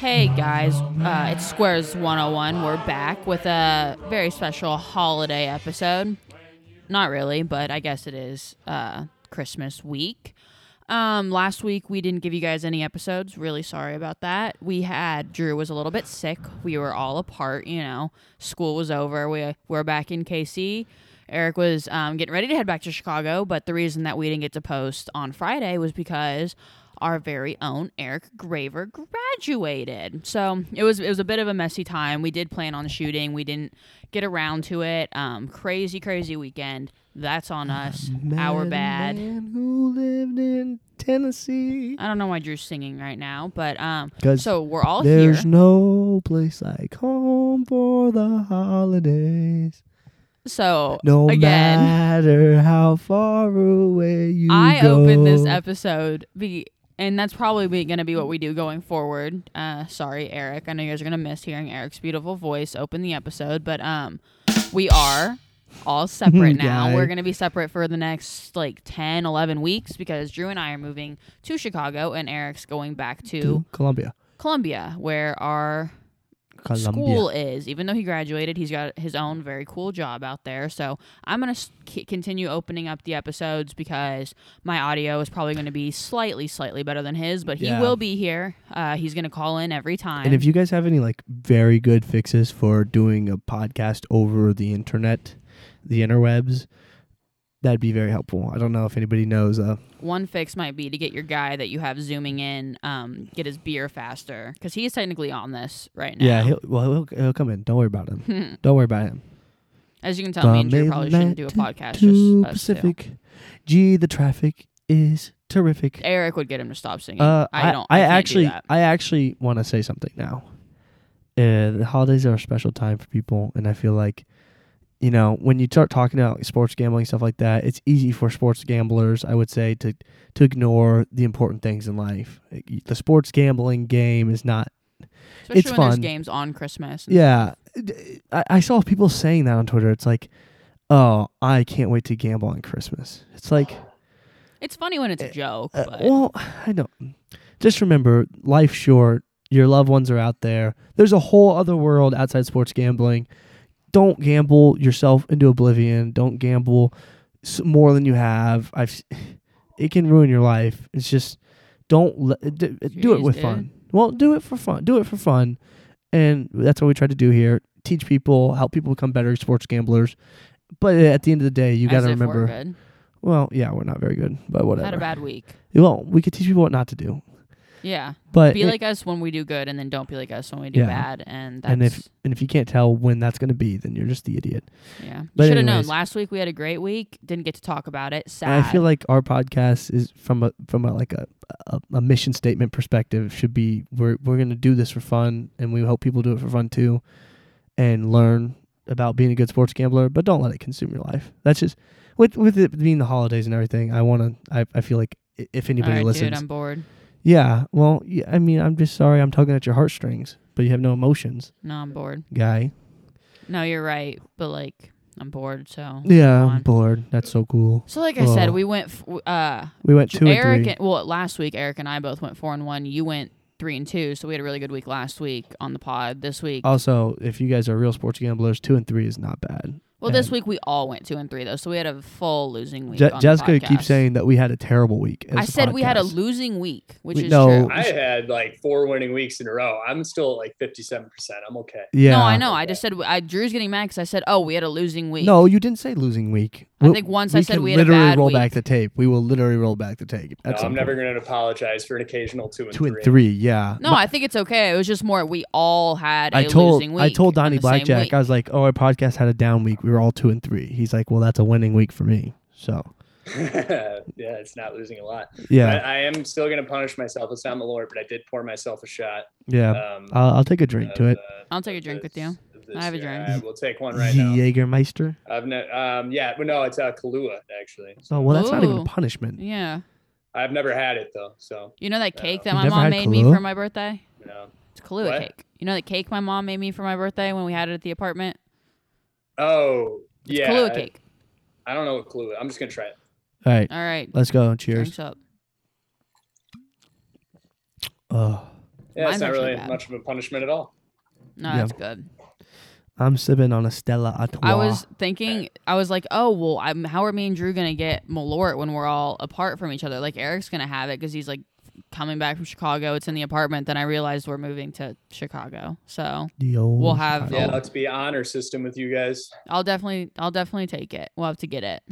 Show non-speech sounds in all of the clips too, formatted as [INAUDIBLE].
Hey guys, uh, it's Squares 101. We're back with a very special holiday episode. Not really, but I guess it is uh, Christmas week. Um, last week we didn't give you guys any episodes. Really sorry about that. We had Drew was a little bit sick. We were all apart. You know, school was over. We were back in KC. Eric was um, getting ready to head back to Chicago, but the reason that we didn't get to post on Friday was because our very own Eric Graver graduated. So it was it was a bit of a messy time. We did plan on shooting. We didn't get around to it. Um, crazy, crazy weekend. That's on us. Our Met a bad. Ah, Man who lived in Tennessee. I don't know why Drew's singing right now, but um, 'Cause so we're all here. There's no place like home for the holidays. So No again, matter how far away you I go. opened this episode, be, and that's probably going to be what we do going forward. Uh, sorry, Eric. I know you guys are going to miss hearing Eric's beautiful voice open the episode, but um, we are [LAUGHS] all separate now. Guy. We're going to be separate for the next like 10, 11 weeks because Drew and I are moving to Chicago, and Eric's going back to to Columbia. Columbia, where our Columbia. school is. Even though he graduated, he's got his own very cool job out there. So I'm going to c- continue opening up the episodes because my audio is probably going to be slightly, slightly better than his, but he Yeah. will be here. Uh, he's going to call in every time. And if you guys have any like very good fixes for doing a podcast over the internet, the interwebs, that'd be very helpful. I don't know if anybody knows. Uh, One fix might be to get your guy that you have zooming in, um, get his beer faster because he's technically on this right now. yeah, he'll, well, he'll, he'll come in. Don't worry about him. Don't worry about him. [LAUGHS] As you can tell, me and Drew probably shouldn't do a podcast. Just us to two. Pacific. Gee, the traffic is terrific. Eric would get him to stop singing. Uh, I don't. I, can't do actually, that. I actually want to say something now. Uh, the holidays are a special time for people, and I feel like, you know, when you start talking about sports gambling stuff like that, it's easy for sports gamblers, I would say, to to ignore the important things in life. The sports gambling game is not Especially it's when there's fun. games on Christmas. and yeah, D- I, I saw people saying that on Twitter. It's like, oh, I can't wait to gamble on Christmas. It's like, It's funny when it's a joke, uh, but well, I don't. Just remember, life's short. Your loved ones are out there. There's a whole other world outside sports gambling. Don't gamble yourself into oblivion. Don't gamble s- more than you have. I've. s- It can ruin your life. It's just don't let, do, do it Jeez, with dude. fun. Well, do it for fun. Do it for fun, and that's what we try to do here. Teach people, help people become better sports gamblers. But at the end of the day, you got as to if we're remember. good. Well, yeah, we're not very good, but whatever. had a bad week. Well, we could teach people what not to do, Yeah, [LAUGHS] but be it- like us when we do good, and then don't be like us when we do Yeah. bad. And that's and if and if you can't tell when that's going to be, then you're just the idiot. yeah, but should have known. anyways. Last week we had a great week. Didn't get to talk about it. Sad. And I feel like our podcast is from a from a like a a, a mission statement perspective should be we're we're going to do this for fun, and we hope people do it for fun too, and learn about being a good sports gambler. But don't let it consume your life. That's just with with it being the holidays and everything. I want to. I I feel like i- if All anybody right, listens, dude, I'm bored. yeah. Well, yeah, I mean, I'm just sorry. I'm tugging at your heartstrings, but you have no emotions, No, I'm bored. guy. No, you're right, but like I'm bored. So Yeah, on. I'm bored. That's so cool. so like I said, Well, we went. F- w- uh, We went two Eric and three. and well last week Eric and I both went four and one. You went three and two. So we had a really good week last week on the pod. This week also, if you guys are real sports gamblers, two and three is not bad. Well, this And week we all went two and three though, so we had a full losing week. Je- on the Jessica podcast. keeps saying that we had a terrible week. as I said we had a podcast. losing week, which We- is no. true. I had like four winning weeks in a row. I'm still at like 57%. I'm okay. Yeah. No, I know. I just said I, Drew's getting mad because I said, "Oh, we had a losing week." No, you didn't say losing week. I We- think once I said can we had a literally bad roll week. back the tape. We will literally roll back the tape. No, at some I'm never point. going to apologize for an occasional two and two three. and three. Yeah. no, But I think it's okay. It was just more we all had a I told losing week. I told on Donnie the same Blackjack. week. I was like, "Oh, our podcast had a down week. We were all two and three. He's like, "Well, that's a winning week for me." So [LAUGHS] yeah, it's not losing a lot. yeah, But I am still going to punish myself. It's not my lord, but I did pour myself a shot. yeah. Um, I'll, I'll take a drink to of, it. uh, I'll take a of drink with this- you. of this I have a year. drink. I will take one right now. Jägermeister. I've ne- um, yeah, but no, it's uh, Kahlua, actually. Oh well, that's not even Ooh. a punishment. Yeah, I've never had it, though. So, you know that cake that You my never mom had made me Kahlua? for my birthday. you know. It's Kahlua What? cake. You know that cake my mom made me for my birthday when we had it at the apartment. Oh, yeah. Kahlua I- cake. I, don't know what Kahlua I'm just going to try it. All right, All right, let's go. Cheers. drinks up. Oh, Yeah, Mine's it's not actually really bad. much of a punishment at all. No, Yeah. that's good. I'm sipping on a Stella Artois. I was thinking, I was like, oh well, I'm, how are me and Drew gonna get Malort when we're all apart from each other? Like Eric's gonna have it because he's like coming back from Chicago. It's in the apartment. Then I realized we're moving to Chicago, so The old we'll have- Yeah, Chicago. Oh. let's be honor system with you guys. I'll definitely, I'll definitely take it. We'll have to get it.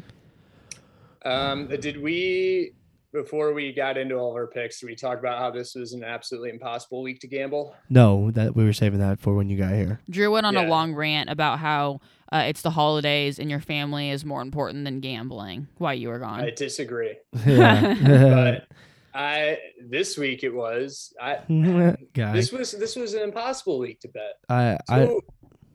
Um, did we before we got into all of our picks, did we talked about how this was an absolutely impossible week to gamble? No, that we were saving that for when you [LAUGHS] got here. Drew went on a Yeah. long rant about how uh, it's the holidays and your family is more important than gambling. While you were gone, I disagree. Yeah. But I this week it was I [LAUGHS] Guys, this was this was an impossible week to bet. I, I, So,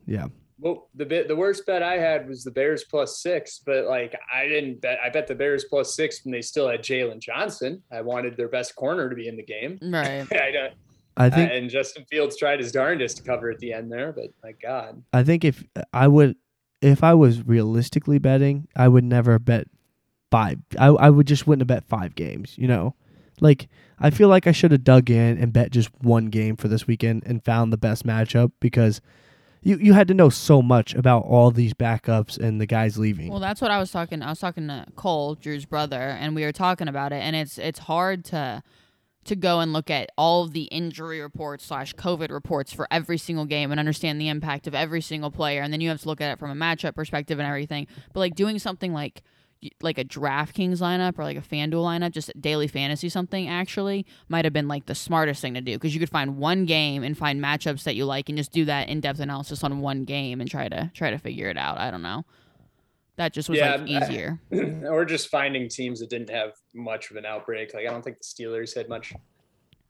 yeah. Well, the bit the worst bet I had was the Bears plus six, but like I didn't bet. I bet the Bears plus six when they still had Jalen Johnson. I wanted their best corner to be in the game. [LAUGHS] right? I don't. I think and Justin Fields tried his darndest to cover at the end there, but my God, [CLEARS THROAT] I think if I would, if I was realistically betting, I would never bet five. I, I would just wouldn't have bet five games. You know, like I feel like I should have dug in and bet just one game for this weekend and found the best matchup because you you had to know so much about all these backups and the guys leaving. Well, that's what I was talking. I was talking to Cole, Drew's brother, and we were talking about it. And it's it's hard to to go and look at all of the injury reports slash COVID reports for every single game and understand the impact of every single player. And then you have to look at it from a matchup perspective and everything. But like doing something like like a DraftKings lineup or like a FanDuel lineup, just daily fantasy something actually might have been like the smartest thing to do because you could find one game and find matchups that you like and just do that in depth analysis on one game and try to try to figure it out. I don't know. That just was Yeah, like I- easier. or just finding teams that didn't have much of an outbreak. Like I don't think the Steelers had much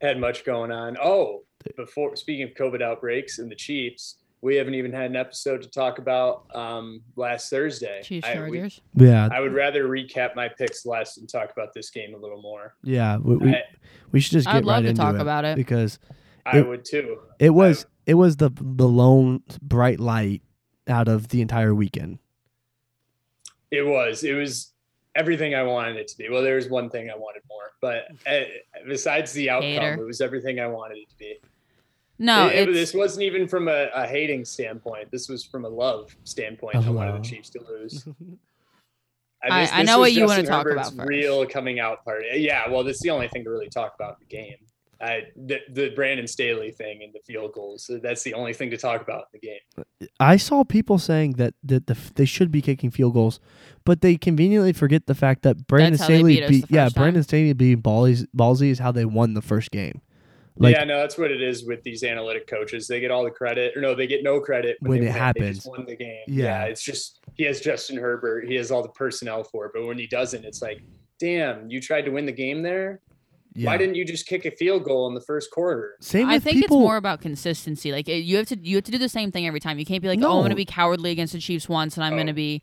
had much going on. Oh, before speaking of COVID outbreaks and the Chiefs, we haven't even had an episode to talk about um, last Thursday. Chiefs I, we- Chargers. yeah, I would rather recap my picks less and talk about this game a little more. yeah. We we, I- we should just get I'd love right to into talk it about it. because I It- would too. it was it was the the lone bright light out of the entire weekend. It was. It was everything I wanted it to be. Well, there was one thing I wanted more, but uh, besides the outcome, Hater. it was everything I wanted it to be. No, It- it- it's this wasn't even from a, a hating standpoint. This was from a love standpoint. I wanted Hello. the Chiefs to lose. I- I this know was what you wanna Justin talk Herbert's about first. Real coming out party. Yeah, well, that's the only thing to really talk about in the game. I, the, the Brandon Staley thing and the field goals. That's the only thing to talk about in the game. I saw people saying that that the, they should be kicking field goals, but they conveniently forget the fact that Brandon That's how they Staley beat us the yeah first time. Brandon Staley being ballsy, ballsy is how they won the first game. Like yeah, no, that's what it is with these analytic coaches. They get all the credit, or no, they get no credit When they it win. They happens. just won the game. Yeah. Yeah. it's just he has Justin Herbert, he has all the personnel for it, but when he doesn't, it's like, damn, you tried to win the game there. yeah. Why didn't you just kick a field goal in the first quarter? Same I with think people, it's more about consistency. Like it, you have to you have to do the same thing every time. You can't be like, oh, I'm No. going to be cowardly against the Chiefs once, and I'm going to Oh. be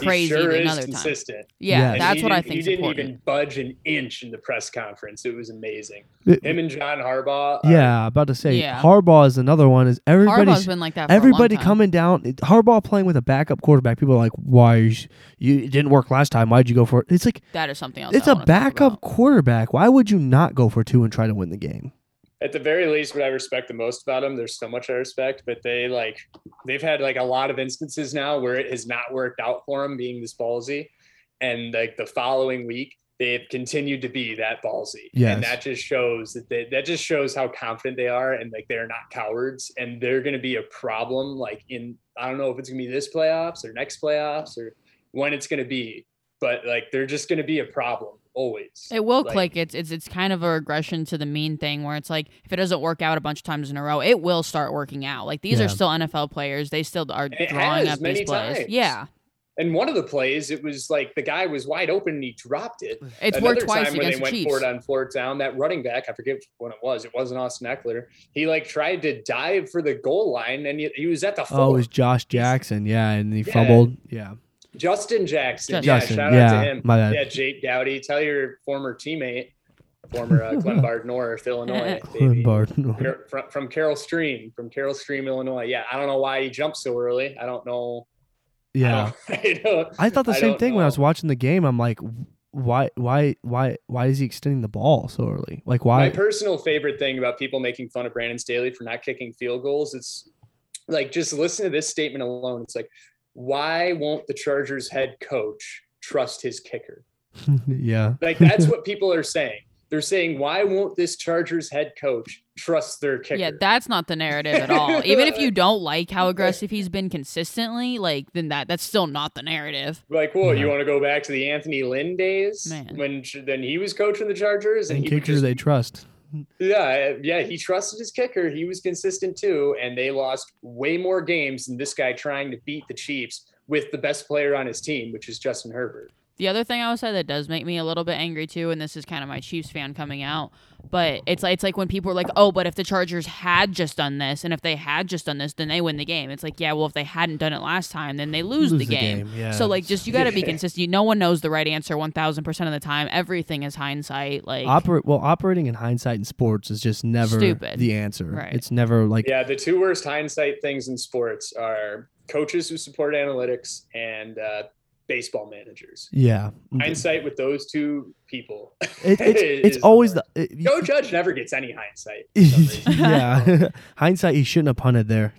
He crazy sure is another time. consistent. Yeah, Yes. And that's he what I didn't- He think. didn't important. even budge an inch in the press conference. It was amazing. It- Him and John Harbaugh. are- yeah, about to say Yeah. Harbaugh is another one. Is Harbaugh's everybody's been like that. For everybody a long time. coming down? it- Harbaugh playing with a backup quarterback. People are like, why you, sh- you it didn't work last time? Why'd you go for it? It's like That is something else. it's I a wanna talk backup about. quarterback. Why would you not go for two and try to win the game? at the very least, what I respect the most about them, there's so much I respect, but they like they've had like a lot of instances now where it has not worked out for them being this ballsy, and like the following week they've continued to be that ballsy, Yes. and that just shows that they, that just shows how confident they are, and like they're not cowards, and they're going to be a problem. Like in I don't know if it's going to be this playoffs or next playoffs or when it's going to be, but like they're just going to be a problem always. It will Like- click. It's it's it's kind of a regression to the mean thing where it's like if it doesn't work out a bunch of times in a row, it will start working out. Like these Yeah. are still NFL players. They still are It drawing has up many these plays. times. Yeah. And one of the plays, it was like the guy was wide open and he dropped it. It's Another worked twice time when they against the went Chiefs. for it on fourth down, that running back, I forget when it was, it wasn't Austin Eckler. He like tried to dive for the goal line and he, he was at the four. Oh, it was Josh Jackson. Yeah, and he Yeah. fumbled. Yeah. Justin Jackson. Justin. Yeah, Jackson. shout yeah. out to him. My bad. Yeah, Jake Dowdy. Tell your former teammate, former uh, [LAUGHS] Glenbard North, Illinois. baby. Glenbard. Car- From, from Carroll Stream, from Carroll Stream, Illinois. Yeah, I don't know why he jumped so early. I don't know. I Yeah. don't- I don't- I thought the [LAUGHS] I same don't thing when I was know. watching the game. I'm like, why why why why is he extending the ball so early? Like why My personal favorite thing about people making fun of Brandon Staley for not kicking field goals, it's like just listen to this statement alone. It's like, why won't the Chargers head coach trust his kicker? [LAUGHS] yeah. Like that's what people are saying. They're saying, why won't this Chargers head coach trust their kicker? Yeah, that's not the narrative at [LAUGHS] all. Even if you don't like how aggressive he's been consistently, like then that that's still not the narrative. like, well, you Yeah. want to go back to the Anthony Lynn days Man. when ch- then he was coaching the Chargers and, And he would kickers just, they trust. yeah, eh, yeah, he trusted his kicker. He was consistent too, and they lost way more games than this guy trying to beat the Chiefs with the best player on his team, which is Justin Herbert. The other thing I would say that does make me a little bit angry too, and this is kind of my Chiefs fan coming out, but it's like it's like when people are like, "Oh, but if the Chargers had just done this, and if they had just done this, then they win the game." It's like, yeah, well, if they hadn't done it last time, then they lose, the, game. yeah. So like, just you got to be Yeah. consistent. No one knows the right answer one thousand percent of the time. Everything is hindsight. Like, Operate well. Operating in hindsight in sports is just never Stupid. the answer. Right. It's never like Yeah, the two worst hindsight things in sports are coaches who support analytics and uh, baseball managers. yeah. Hindsight with those two people. [LAUGHS] It- it's it it's is always the the it- Joe Judge never gets any hindsight. for some reason. [LAUGHS] yeah. [LAUGHS] Hindsight, he shouldn't have punted there.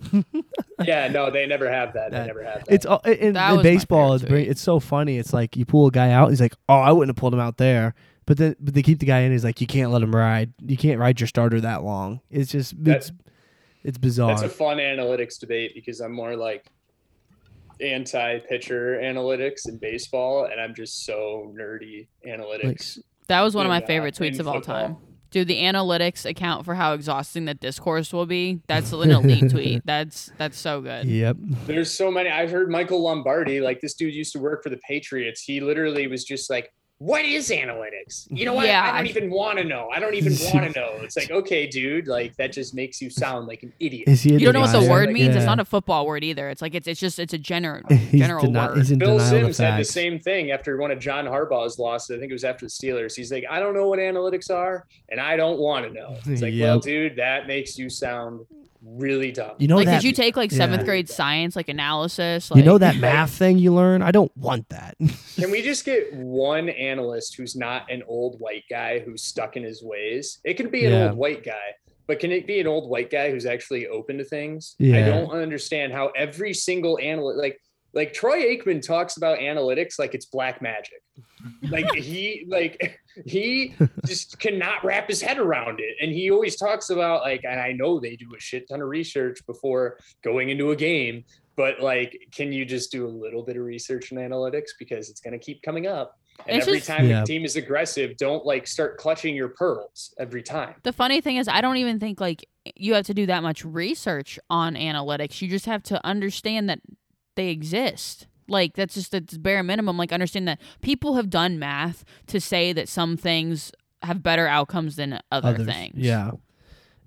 yeah, no, they never have that. They never have that. It's all in, That in was my baseball. favorite It's, bring, tweet. it's so funny. It's like you pull a guy out. He's like, "Oh, I wouldn't have pulled him out there," but then but they keep the guy in. He's like, "You can't let him ride. You can't ride your starter that long." It's just That's- it's it's bizarre. That's a fun analytics debate because I'm more like anti pitcher analytics in baseball, and I'm just so nerdy Like, analytics. that was one of in, my uh, favorite tweets in of all football. time. Dude, the analytics account for how exhausting the discourse will be. That's an [LAUGHS] elite tweet. That's that's so good. yep. There's so many. I've heard Michael Lombardi, like this dude used to work for the Patriots. He literally was just like, "What is analytics? You know what? Yeah, I I- don't even want to know. I don't even want to know." It's like, okay, dude, like that just makes you sound like an idiot. Is he? a You don't know what the denier? word means. It's Yeah. not a football word either. It's like it's it's just it's a general [LAUGHS] He's general deni- word. He's in Bill denial of Sims had the facts. same thing after one of John Harbaugh's losses. I think it was after the Steelers. He's like, I don't know what analytics are, and I don't want to know. It's like, well, Yep. dude, that makes you sound really dumb. You know like, that. did you take like yeah. seventh grade science, like analysis? Like, you know that math thing you learn. I don't want that. [LAUGHS] Can we just get one analyst who's not an old white guy who's stuck in his ways? It can be an Yeah. old white guy, but can it be an old white guy who's actually open to things? I Yeah. don't understand how every single analyst, like like Troy Aikman talks about analytics like it's black magic. Like he like [LAUGHS] he just cannot wrap his head around it. And he always talks about like, and I know they do a shit ton of research before going into a game, but like, can you just do a little bit of research and analytics because it's going to keep coming up. And It's every just- time Yeah. the team is aggressive, don't like start clutching your pearls every time. The funny thing is, I don't even think like you have to do that much research on analytics. You just have to understand that they exist. Like that's just that's bare minimum. Like understand that people have done math to say that some things have better outcomes than other Others, things. Yeah.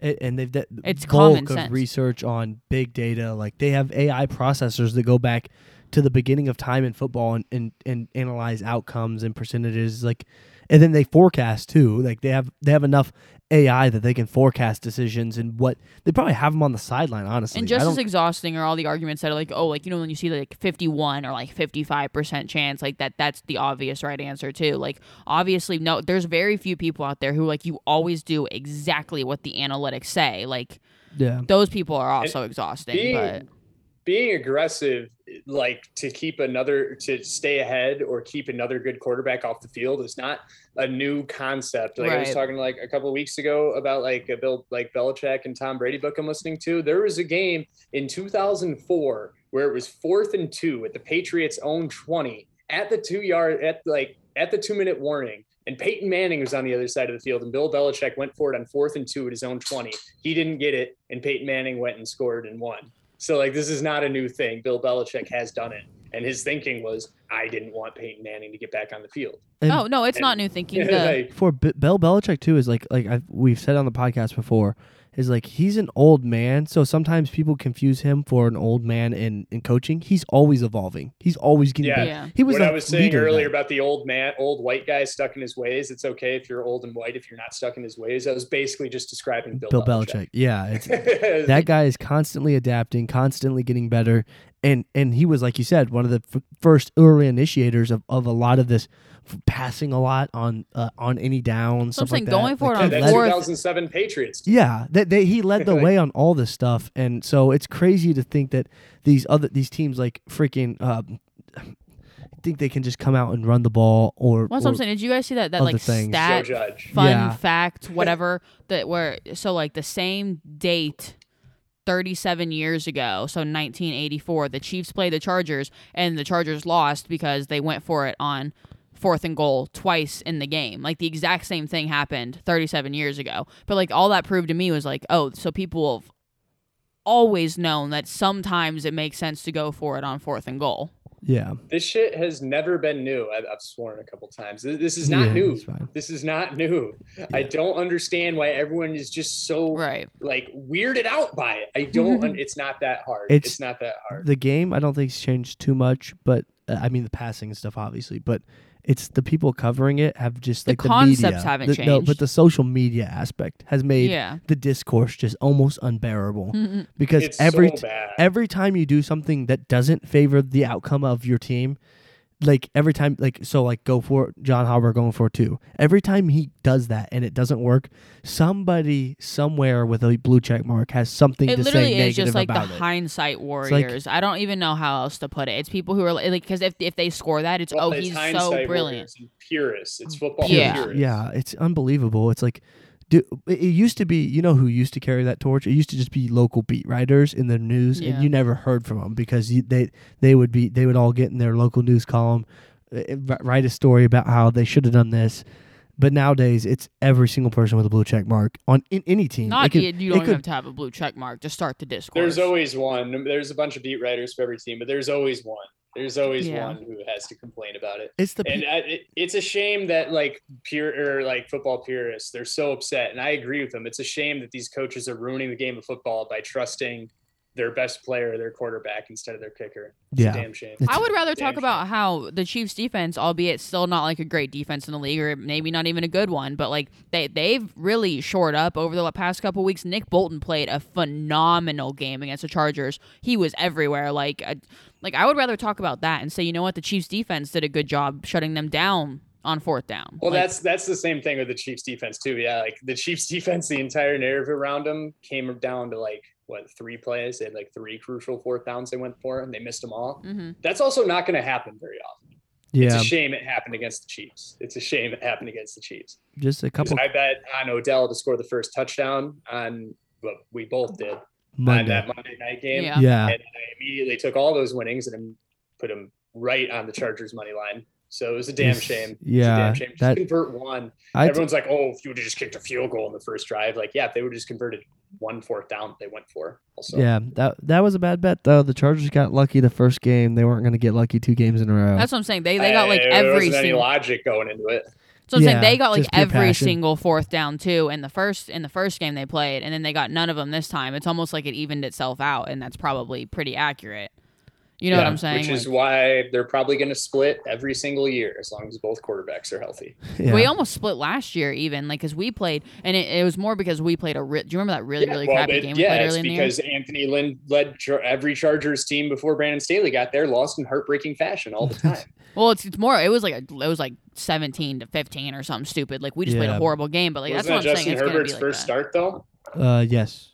A- and they've de- It's bulk common of sense. research on big data. Like they have AI processors that go back to the beginning of time in football and, and, and analyze outcomes and percentages. Like, and then they forecast too. Like they have they have enough AI that they can forecast decisions and what they probably have them on the sideline. Honestly, And I just don't- as exhausting are all the arguments that are like, oh, like you know when you see like fifty one or like fifty five percent chance, like that that's the obvious right answer too. Like obviously no, there's very few people out there who like you always do exactly what the analytics say. Like yeah. those people are also exhausting. being, but being aggressive like to keep another to stay ahead or keep another good quarterback off the field is not a new concept like i was Right. talking like a couple of weeks ago about like a bill like belichick and tom brady book i'm listening to there was a game in 2004 where it was fourth and two at the patriots own 20 at the two yard at like at the two minute warning and Peyton Manning was on the other side of the field, and Bill Belichick went for it on fourth and two at his own 20. He didn't get it, and Peyton Manning went and scored and won. So like this is not a new thing. Bill Belichick has done it. And his thinking was, I didn't want Peyton Manning to get back on the field. And- oh no, it's not new [LAUGHS] [LAUGHS] thinking. The, like, for B- Bill Belichick too is like like I've, we've said on the podcast before is like he's an old man, so sometimes people confuse him for an old man in in coaching. He's always evolving. He's always getting Yeah. better. Yeah. He was what a I was saying leader earlier then. about the old man, old white guy stuck in his ways. It's okay if you're old and white if you're not stuck in his ways. I was basically just describing Bill, [LAUGHS] Bill Belichick. Yeah, it's, Belichick. that guy is constantly adapting, constantly getting better, and and he was like you said one of the f- first early initiators of, of a lot of this f- passing a lot on uh, on any down So I'm stuff like saying going that. for it Like, on he Yeah, that led- fourth- 2007 Patriots. team. yeah, that they he [LAUGHS] led the way on all this stuff, and so it's crazy to think that these other these teams like freaking um, [SIGHS] think they can just come out and run the ball or, What's what or- I'm saying? Did you guys see that that other like things. stat Joe Judge. fun Yeah. fact, whatever that were so like the same date 37 years ago, so 1984, the Chiefs played the Chargers and the Chargers lost because they went for it on fourth and goal twice in the game. Like the exact same thing happened 37 years ago. But like all that proved to me was like, oh, so people have always known that sometimes it makes sense to go for it on fourth and goal. yeah This shit has never been new. I've, I've sworn a couple times. This, this is not Yeah, new. it's fine. This is not new. I don't understand why everyone is just so Right. like weirded out by it. I don't. [LAUGHS] un- it's not that hard. It's- It's, not that hard. the game I don't think it's changed too much, but uh, I mean the passing and stuff obviously, but it's the people covering it have just The like concepts media- haven't the- No, but changed. the social media aspect has made Yeah. Mm. the discourse just almost unbearable because It's every so bad. every time you do something that doesn't favor the outcome of your team, like every time, like so, like go for it, John Harbaugh going for it too. Every time he does that and it doesn't work, somebody somewhere with a blue check mark has something it to literally say is negative just like the about it. hindsight like- warriors. I don't even know how else to put it. It's people who are like, because if if they score that, it's Well, oh it's he's so hindsight brilliant. Mm, warriors and Purists. It's football. Yeah. Purists. Yeah, it's unbelievable. It's like, do, it it used to be, you know, who used to carry that torch? It used to just be local beat writers in the news, Yeah. and you never heard from them because you, they they would be they would all get in their local news column, uh, uh, wri- write a story about how they should have done this. But nowadays, it's every single person with a blue check mark on in, any team. Not It could- you, you it don't could- even have to have a blue check mark to start the discourse. There's always one. There's a bunch of beat writers for every team, but there's always one. There's always Yeah. one who has to complain about it. it's the pe- And I, it, it's a shame that like pure or like football purists, they're so upset, and I agree with them. It's a shame that these coaches are ruining the game of football by trusting their best player, their quarterback, instead of their kicker. It's Yeah. a damn shame. I would rather talk Damn about how the Chiefs defense, albeit still not like a great defense in the league, or maybe not even a good one, but like they they've really shored up over the past couple weeks. Nick Bolton played a phenomenal game against the Chargers. He was everywhere. Like, uh, like I would rather talk about that and say, you know what, the Chiefs defense did a good job shutting them down on fourth down. Well, Like, that's that's the same thing with the Chiefs defense too. Yeah, like the Chiefs [LAUGHS] defense, the entire narrative around them came down to like what three plays. They had like three crucial fourth downs they went for, and they missed them all. mhm. That's also not going to happen very often. It's yeah, a shame it happened against the Chiefs. It's a shame it happened against the Chiefs. just a 'Cause couple I bet on Odell to score the first touchdown on what we both did on Monday. that Monday night game. Yeah. Yeah, And I immediately took all those winnings and put them right on the Chargers money line. So it was a damn Yes. shame. Yeah, it's a damn shame. Just [LAUGHS] that- convert one. I t- Everyone's like, "Oh, if you would have just kicked a field goal in the first drive, like, yeah, if they would have just converted one fourth down, they went for." Also, Yeah, that that was a bad bet though. The Chargers got lucky the first game. They weren't going to get lucky two games in a row. that's what I'm saying. They they got like Uh, there every wasn't any single. logic going into it. So I'm Yeah, saying they got like just pure every passion. single fourth down too in the first in the first game they played, and then they got none of them this time. It's almost like it evened itself out, and that's probably pretty accurate. You know what Yeah, I'm saying? Which is Like, why they're probably going to split every single year as long as both quarterbacks are healthy. yeah. We almost split last year, even like because we played, and it, it was more because we played a. Re- do you remember that really really well, crappy but- game we yeah, played it's early in the year? because Anthony Lynn led char- every Chargers team before Brandon Staley got there, lost in heartbreaking fashion all [LAUGHS] the time. Well, it's, it's more. It was like a, it was like 17 to 15 or something stupid. Like we just played Yeah. a horrible game, but like Wasn't that's that what I'm Justin saying. It's gonna Herbert's be like first that. start though? Uh, yes.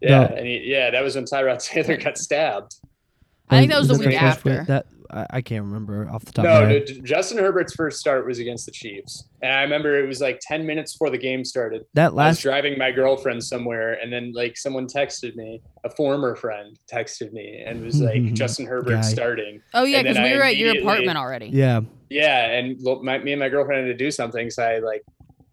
Yeah, No. and he, yeah, that was when Tyrod Taylor [LAUGHS] got stabbed. I think that was the Is week first after. week? That I, I can't remember off the top. of No, my head. dude, J- Justin Herbert's first start was against the Chiefs, and I remember it was like ten minutes before the game started. that I was last driving my girlfriend somewhere, and then like someone texted me, a former friend texted me, and [LAUGHS] was like, "Justin Herbert Guy. starting." Oh yeah, And then because we I were at your immediately- apartment already. yeah. Yeah, and well, my, me and my girlfriend had to do something, so I like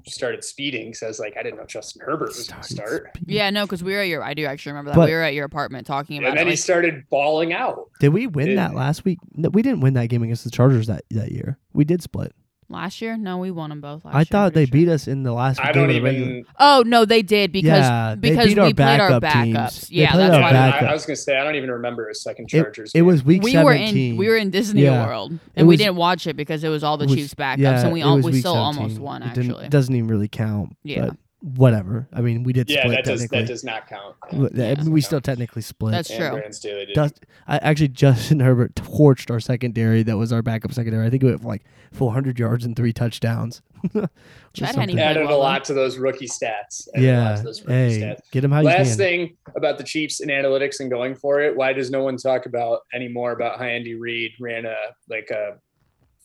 started speeding. So I was like, I didn't know Justin Herbert was going to start. Yeah, no, because we were at your. I do actually remember that But- we were at your apartment talking about. And then it, he like- started bawling out. Did we win Dude. that last week? No, we didn't win that game against the Chargers that, that year. We did split. Last year? No, we won them both. Last I year, thought they pretty sure. beat us in the last. I game don't of the regular- even. Oh no, they did because Yeah, they because beat we our played our backup teams. backups. They yeah, played that's our why I, backup. I was going to say I don't even remember a second It, Chargers. it game. was week we were seventeen. in we were in Disney Yeah. World and It we was- didn't watch it because it was all the It was- Chiefs backups yeah, and we it all, was we week still almost 17. won It didn't- actually. doesn't even really count. Yeah. but whatever. I mean, we did Yeah, split that does technically. that does not count. But, I yeah. mean, we still technically split. That's And true. Brands do, they do. Dust, I actually Justin Herbert torched our secondary. That was our backup secondary. I think we went for like 400 yards and three touchdowns. [LAUGHS] Or Chad Henne something. played added a well. lot to those rookie stats. Added a lot Yeah. to those rookie Hey, stats. get him how you Last can. thing about the Chiefs and analytics and going for it. Why does no one talk about anymore about how Andy Reid ran a like a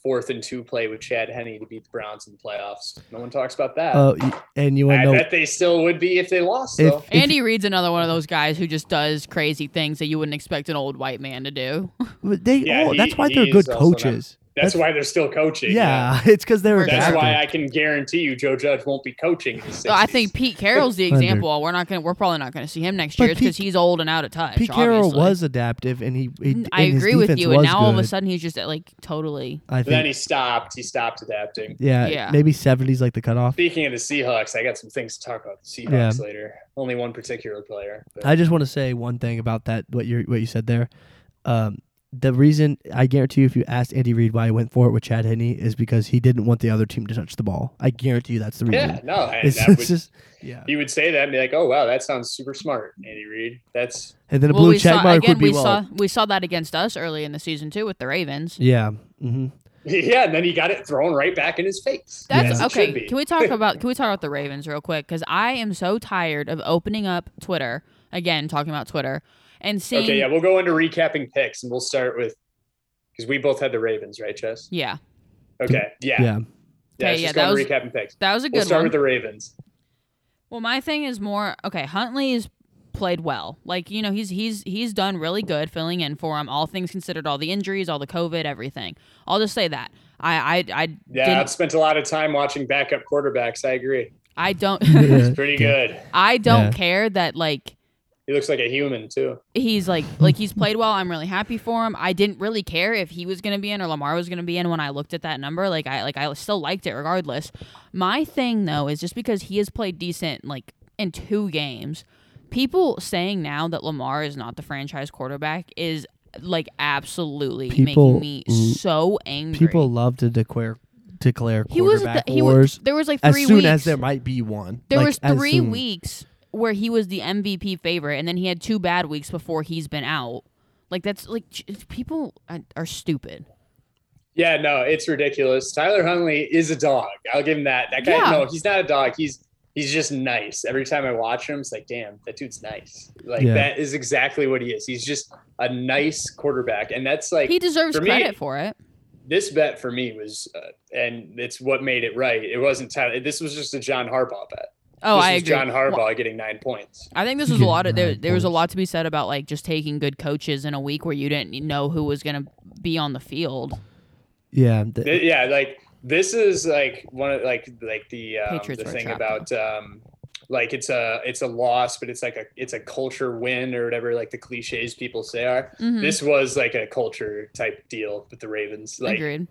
fourth and two play with Chad Henney to beat the Browns in the playoffs? No one talks about that. Uh, y- and you want I to know bet they still would be if they lost. if, though. if- Andy Reid's another one of those guys who just does crazy things that you wouldn't expect an old white man to do. [LAUGHS] but they Yeah, all- he- that's why they're he's good also not- coaches. That's, why they're still coaching. yeah, [LAUGHS] it's because they were. That's That's drafted. why I can guarantee you Joe Judge won't be coaching. In his So I 60s. think Pete Carroll's the Thunder. example. We're not gonna. We're probably not gonna see him next But year because Pete- he's old and out of touch. Pete Carroll obviously. Mm, was adaptive, and he. he I and his agree with defense you, and was now all of a good, sudden he's just like totally. I But then think. he stopped. He stopped adapting. Yeah, Yeah. maybe 70s like the cutoff. Speaking of the Seahawks, I got some things to talk about the Seahawks later. Only one particular player. but- I just want to say one thing about that. What you what you said there. Um, the reason I guarantee you, if you asked Andy Reid why he went for it with Chad Henney, is because he didn't want the other team to touch the ball. I guarantee you that's the reason. yeah, no, I, it's, that would, it's just yeah. he would say that and be like, "Oh wow, that sounds super smart, Andy Reid." That's [LAUGHS] And then a Well, blue we check saw mark again. would be we well. saw we saw that against us early in the season too with the Ravens. yeah. hmm yeah. And then he got it thrown right back in his face. That's As it should okay. be. Can we talk about can we talk about the Ravens real quick? Because I am so tired of opening up Twitter again, talking about Twitter and seeing. okay, yeah, we'll go into recapping picks and we'll start with because we both had the Ravens, right, Chess? Yeah. Okay, yeah, Yeah. [LAUGHS] yeah. let's Okay, yeah, just go that into recapping picks. that was a good We'll start one. with the Ravens. Well, my thing is more okay. Huntley's played well. Like you know, he's he's he's done really good filling in for him. All things considered, all the injuries, all the COVID, everything. I'll just say that. I I I Yeah, I've didn't, spent a lot of time watching backup quarterbacks. I agree. I don't [LAUGHS] Yeah. Pretty good. [LAUGHS] I don't Yeah. care that like He looks like a human too. he's like like he's played well. I'm really happy for him. I didn't really care if he was gonna be in or Lamar was gonna be in when I looked at that number. Like I like I still liked it regardless. My thing though is just because he has played decent like in two games, people saying now that Lamar is not the franchise quarterback is like absolutely People making me l- so angry. People love to declare declare he was quarterback the, he wars was there was like as three soon weeks as there might be one. there Like, was as three soon- weeks where he was the MVP favorite, and then he had two bad weeks before he's been out. Like that's like ch- people are- are stupid. Yeah, no, it's ridiculous. Tyler Huntley is a dog. I'll give him that. That guy, Yeah. no, he's not a dog. He's he's just nice. Every time I watch him, it's like, damn, that dude's nice. Like Yeah. that is exactly what he is. He's just a nice quarterback, and that's like He deserves for me- credit for it. this bet for me was, uh, and it's what made it right. It wasn't Tyler. This was just a John Harbaugh bet. Oh, this I was agree. John Harbaugh Well, getting nine points. I think this was a Getting lot of there. nine There was a points. lot to be said about like just taking good coaches in a week where you didn't know who was going to be on the field. Yeah. th- Th- yeah, like this is like one of like like the um, Patriots the were thing trapped, about um like it's a it's a loss, but it's like a it's a culture win or whatever like the cliches people say are. Mhm. This was like a culture type deal with the Ravens. Like Agreed.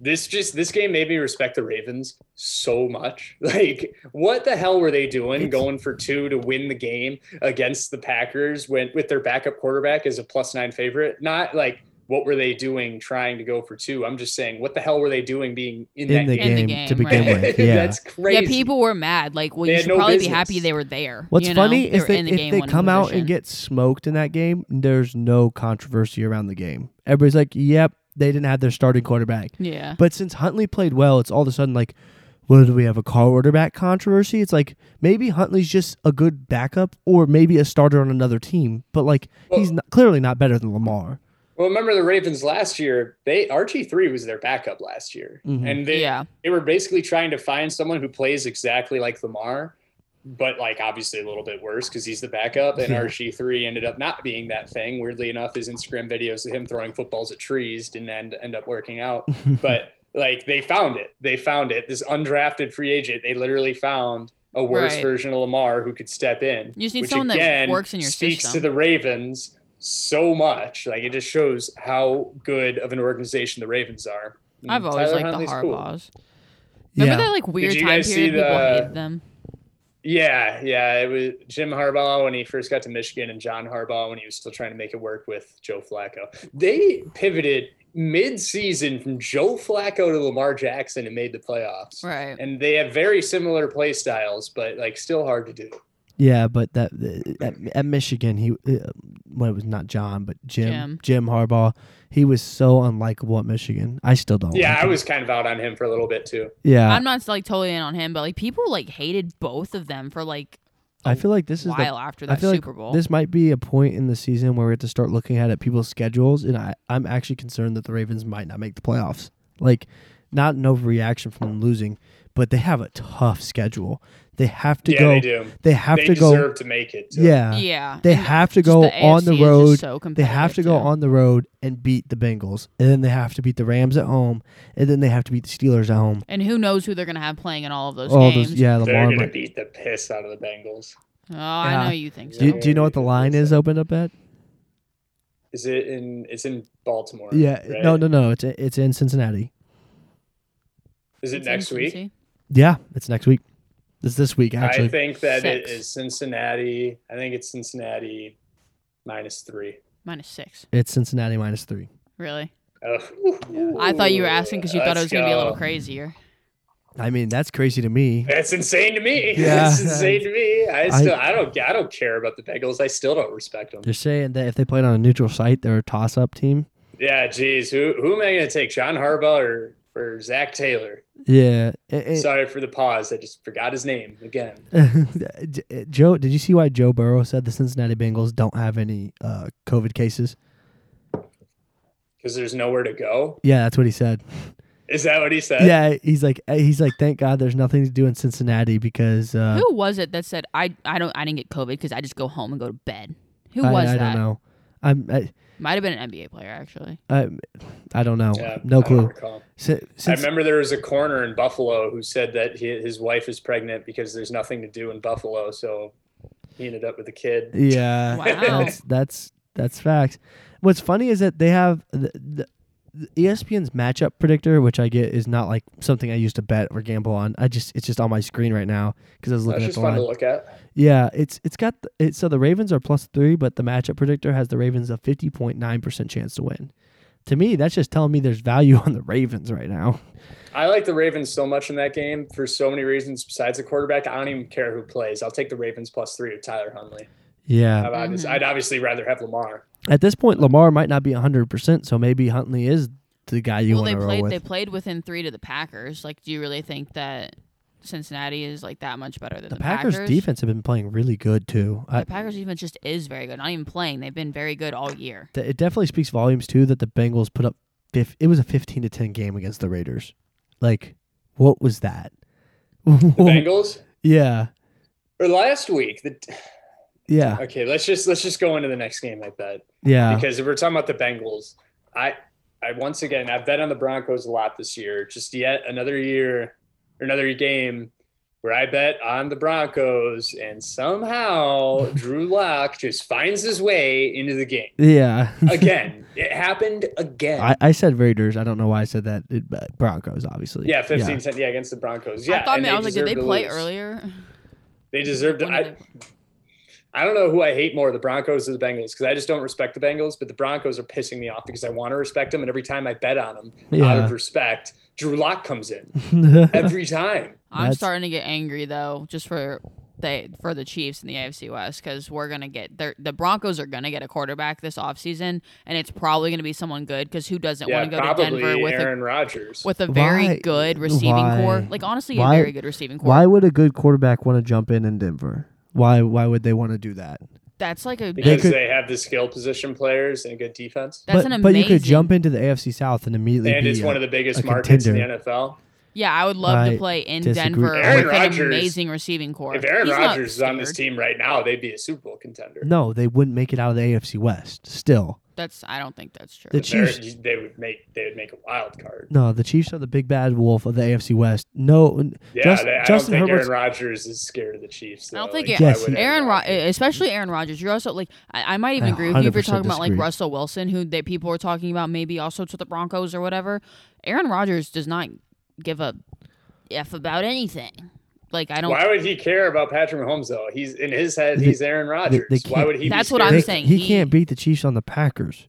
this just this game made me respect the Ravens so much. [LAUGHS] Like, what the hell were they doing It's- going for two to win the game against the Packers when with their backup quarterback as a plus nine favorite? Not like what were they doing trying to go for two? I'm just saying, what the hell were they doing being in, in that the In game, the to game, begin [LAUGHS] right. [LAUGHS] with. Yeah. That's crazy. Yeah, people were mad. Like, well, They you had should no probably be business. happy they were there. What's you know? funny They is were they, in the if game they winning come out position. and get smoked in that game, there's no controversy around the game. Everybody's like, "Yep, they didn't have their starting quarterback." yeah. But since Huntley played well, it's all of a sudden like, "Well, do we have a quarterback controversy?" It's like maybe Huntley's just a good backup or maybe a starter on another team, but like he's Well- not, clearly not better than Lamar. well, remember the Ravens last year? They RG three was their backup last year, Mhm. and they yeah, they were basically trying to find someone who plays exactly like Lamar, but like obviously a little bit worse because he's the backup. And Yeah. RG3 ended up not being that thing. Weirdly enough, his Instagram videos of him throwing footballs at trees didn't end, end up working out. but like they found it. They found it. This undrafted free agent, they literally found a worse Right. version of Lamar who could step in. You just need which someone that again works in your speaks system. to the Ravens so much. Like it just shows how good of an organization the Ravens are. And I've always Tyler liked Huntley's the cool. Harbaughs. Remember yeah. that like weird you time guys see period people the- hated them. Yeah, yeah. It was Jim Harbaugh when he first got to Michigan, and John Harbaugh when he was still trying to make it work with Joe Flacco. They pivoted mid-season from Joe Flacco to Lamar Jackson and made the playoffs. Right. And they have very similar play styles, but like still hard to do. Yeah, but that uh, at, at Michigan, he uh, well, it was not John, but Jim, Jim. Jim Harbaugh. He was so unlikable at Michigan. I still don't. Yeah, like I him. was kind of out on him for a little bit too. Yeah, I'm not like totally in on him, but like people like hated both of them for like I feel like this a is while the, after I that feel Super like Bowl. this might be a point in the season where we have to start looking at at people's schedules, and I I'm actually concerned that the Ravens might not make the playoffs. Like, not an overreaction from losing, but they have a tough schedule. They have to yeah, go. they do. they have they to go. deserve to make it. Too. Yeah, yeah, uh, They and have to just go on AFC the is just road. so They have to competitive, go too. on the road and beat the Bengals, and then they have to beat the Rams at home, and then they have to beat the Steelers at home. And who knows who they're gonna have playing in all of those All games? those, yeah, They're Lamar. going to might- beat the piss out of the Bengals. Oh, I Yeah. know you think so. Do you, do you know what the line is opened up at? Is it in? It's in Baltimore. Yeah, right? no, no, no. It's it's in Cincinnati. Is it It's next week? infancy. Yeah, it's next week. It's this week actually. I think that Six. it is Cincinnati. I think it's Cincinnati minus three. Minus six. it's Cincinnati minus three. Really? Oh. I thought you were asking because you thought it Let's was gonna be a little go. crazier. I mean, that's crazy to me. That's insane to me. [LAUGHS] Yeah. That's insane to me. I I- still, I, don't, I don't care about the Bengals. I still don't respect them. They're saying that if they played on a neutral site, they're a toss-up team. Yeah, geez, who, who am I going to take, John Harbaugh or, or Zach Taylor? Yeah. It- [LAUGHS] Sorry for the pause. I just forgot his name again. it- Joe, did you see why Joe Burrow said the Cincinnati Bengals don't have any uh, COVID cases? Because there's nowhere to go. Yeah, that's what he said. Is that what he said? yeah, he's like eh, he's like, thank God there's nothing to do in Cincinnati because uh, who was it that said I I don't I didn't get COVID because I just go home and go to bed? Who I, was I that? don't know. I'm I, Might have been an NBA player actually. I, I don't know. Yeah, I no don't clue. recall. Si- I since- remember there was a coroner in Buffalo who said that he, his wife is pregnant because there's nothing to do in Buffalo, so he ended up with a kid. Yeah. Wow. That's that's that's facts. What's funny is that they have the, the, the E ESPN's matchup predictor, which I get is not like something I used to bet or gamble on. I just it's just on my screen right now because I was That's looking at just the fun to line. look at. Yeah, it's it's got the, it, so the Ravens are plus three, but the matchup predictor has the Ravens a fifty point nine percent chance to win. To me, that's just telling me there's value on the Ravens right now. I like the Ravens so much in that game for so many reasons. Besides the quarterback, I don't even care who plays. I'll take the Ravens plus three with Tyler Huntley. Yeah, I'd, obvious- I'd obviously rather have Lamar. at this point, Lamar might not be hundred percent, so maybe Huntley is the guy you well, want they to roll played with. they played within three to the Packers. Like, do you really think that Cincinnati is like that much better than the, the Packers, defense have been playing really good too. I, The Packers defense just is very good. Not even playing; they've been very good all year. th- it definitely speaks volumes too that the Bengals put up. Fif- it was a fifteen to ten game against the Raiders. Like, what was that? The Bengals [LAUGHS] yeah, or last week. The, yeah, okay, let's just let's just go into the next game. I bet. yeah. because if we're talking about the Bengals, I, I once again I've bet on the Broncos a lot this year. Just yet another year, or another game where I bet on the Broncos, [LAUGHS] and somehow Drew Lock just finds his way into the game Yeah, [LAUGHS] again. it happened again. I, I said Raiders. I don't know why I said that. It, but Broncos, obviously. yeah, fifteen cent. Yeah, against the Broncos. I Yeah, thought and man, I was like, did deserve they to play lose. earlier? They deserved. When did I, they- I don't know who I hate more, the Broncos or the Bengals, because I just don't respect the Bengals. But the Broncos are pissing me off because I want to respect them, and every time I bet on them, out Yeah. of respect, Drew Lock [LAUGHS] comes in Yeah. every time. I'm That's- starting to get angry though, just for they for the Chiefs in the AFC West because we're gonna get they're- the Broncos are gonna get a quarterback this offseason, and it's probably gonna be someone good because who doesn't Yeah, want to go to probably Denver with a Aaron Rodgers. with a very Why- good receiving core? why- Like honestly, why- a very good receiving core. why would a good quarterback want to jump in in Denver? Why? Why would they want to do that? That's like a because they, could- have the skill position players and a good defense. that's but an amazing. but you could jump into the AFC South and immediately And be it's a- one of the biggest a markets in the contender. NFL. Yeah, I would love to I play in disagree. Denver Aaron with Rodgers- an amazing receiving core. If Aaron He's not Rodgers is on this scared. team right now, they'd be a Super Bowl contender. no, they wouldn't make it out of the AFC West. Still, that's I don't think that's true. the They're- Chiefs. They would make they would make a wild card. No, the Chiefs are the big bad wolf of the AFC West. No, n- Yeah, Just- they, I Justin don't think Herbert's- Aaron Rodgers is scared of the Chiefs. I don't though. think Like, it- why Yes, would he- Aaron, Rod- Rodgers- especially Aaron Rodgers. You're also like, I, I might even I agree with you if you're 100% talking about like disagree. Russell Wilson, who that people were talking about maybe also to the Broncos or whatever. Aaron Rodgers does not give a f about anything. Like I don't. Why would he care about Patrick Mahomes though? He's in his head. They- He's Aaron Rodgers. they Why can't- would he? be That's what I'm They- scared? saying, He, he- can't beat the Chiefs on the Packers.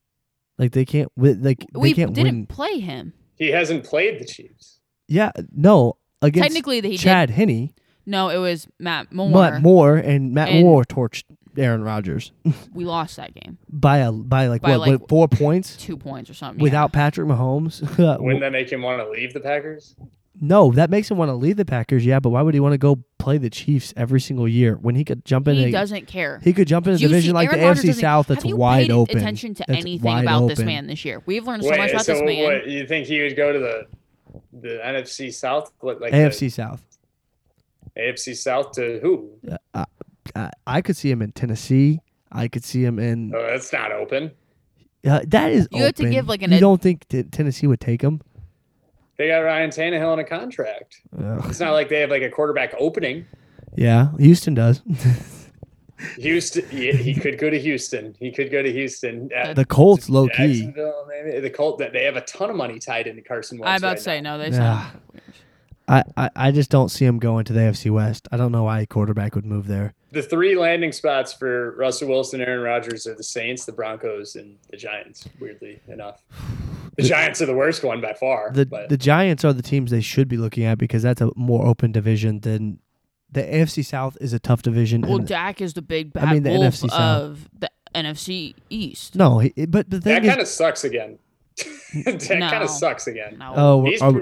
Like they can't win. Like we they can't didn't win. play him. He hasn't played the Chiefs. Yeah, no. Against Technically, that he did. Chad Henney, No, it was Matt Moore. Matt Moore, and Matt And- Moore torched Aaron Rodgers We lost that game, by a by like By, what, like, what, four points two points or something. without Patrick Mahomes. [LAUGHS] Wouldn't that make him want to leave the Packers? no, that makes him want to leave the Packers. Yeah, but why would he want to go play the Chiefs every single year when he could jump yeah. in? he a, doesn't care. He could jump in a Do you see- division like Aaron the Rodgers AFC doesn't- South that's have you wide paid open. Attention to That's anything wide about this open. man this year? We've learned so much about so this man. what? You think he would go to the the NFC South? What like AFC South. the AFC South to who? I, I could see him in Tennessee. I could see him in. Oh, that's not open. Uh, that is You have to open. give, like, an You ad- don't think t- Tennessee would take him? They got Ryan Tannehill on a contract. Ugh. It's not like they have like a quarterback opening. Yeah, Houston does. [LAUGHS] Houston, he, he could go to Houston. He could go to Houston. Uh, the Colts, low key. Jacksonville, maybe the Colt that they have a ton of money tied into Carson Wentz. I'm about right to say no. They Yeah. sound weird. I, I, I just don't see him going to the AFC West. I don't know why a quarterback would move there. the three landing spots for Russell Wilson, Aaron Rodgers are the Saints, the Broncos, and the Giants. Weirdly enough, [SIGHS] the Giants are the worst one by far. The but the Giants are the teams they should be looking at because that's a more open division than the AFC South is a tough division. Well, and- Dak is the big bad I mean, the wolf NFC South. of the NFC East. no, he, but the that thing is, kind of sucks again. [LAUGHS] that No. kind of sucks again. No. oh, He's are, pr-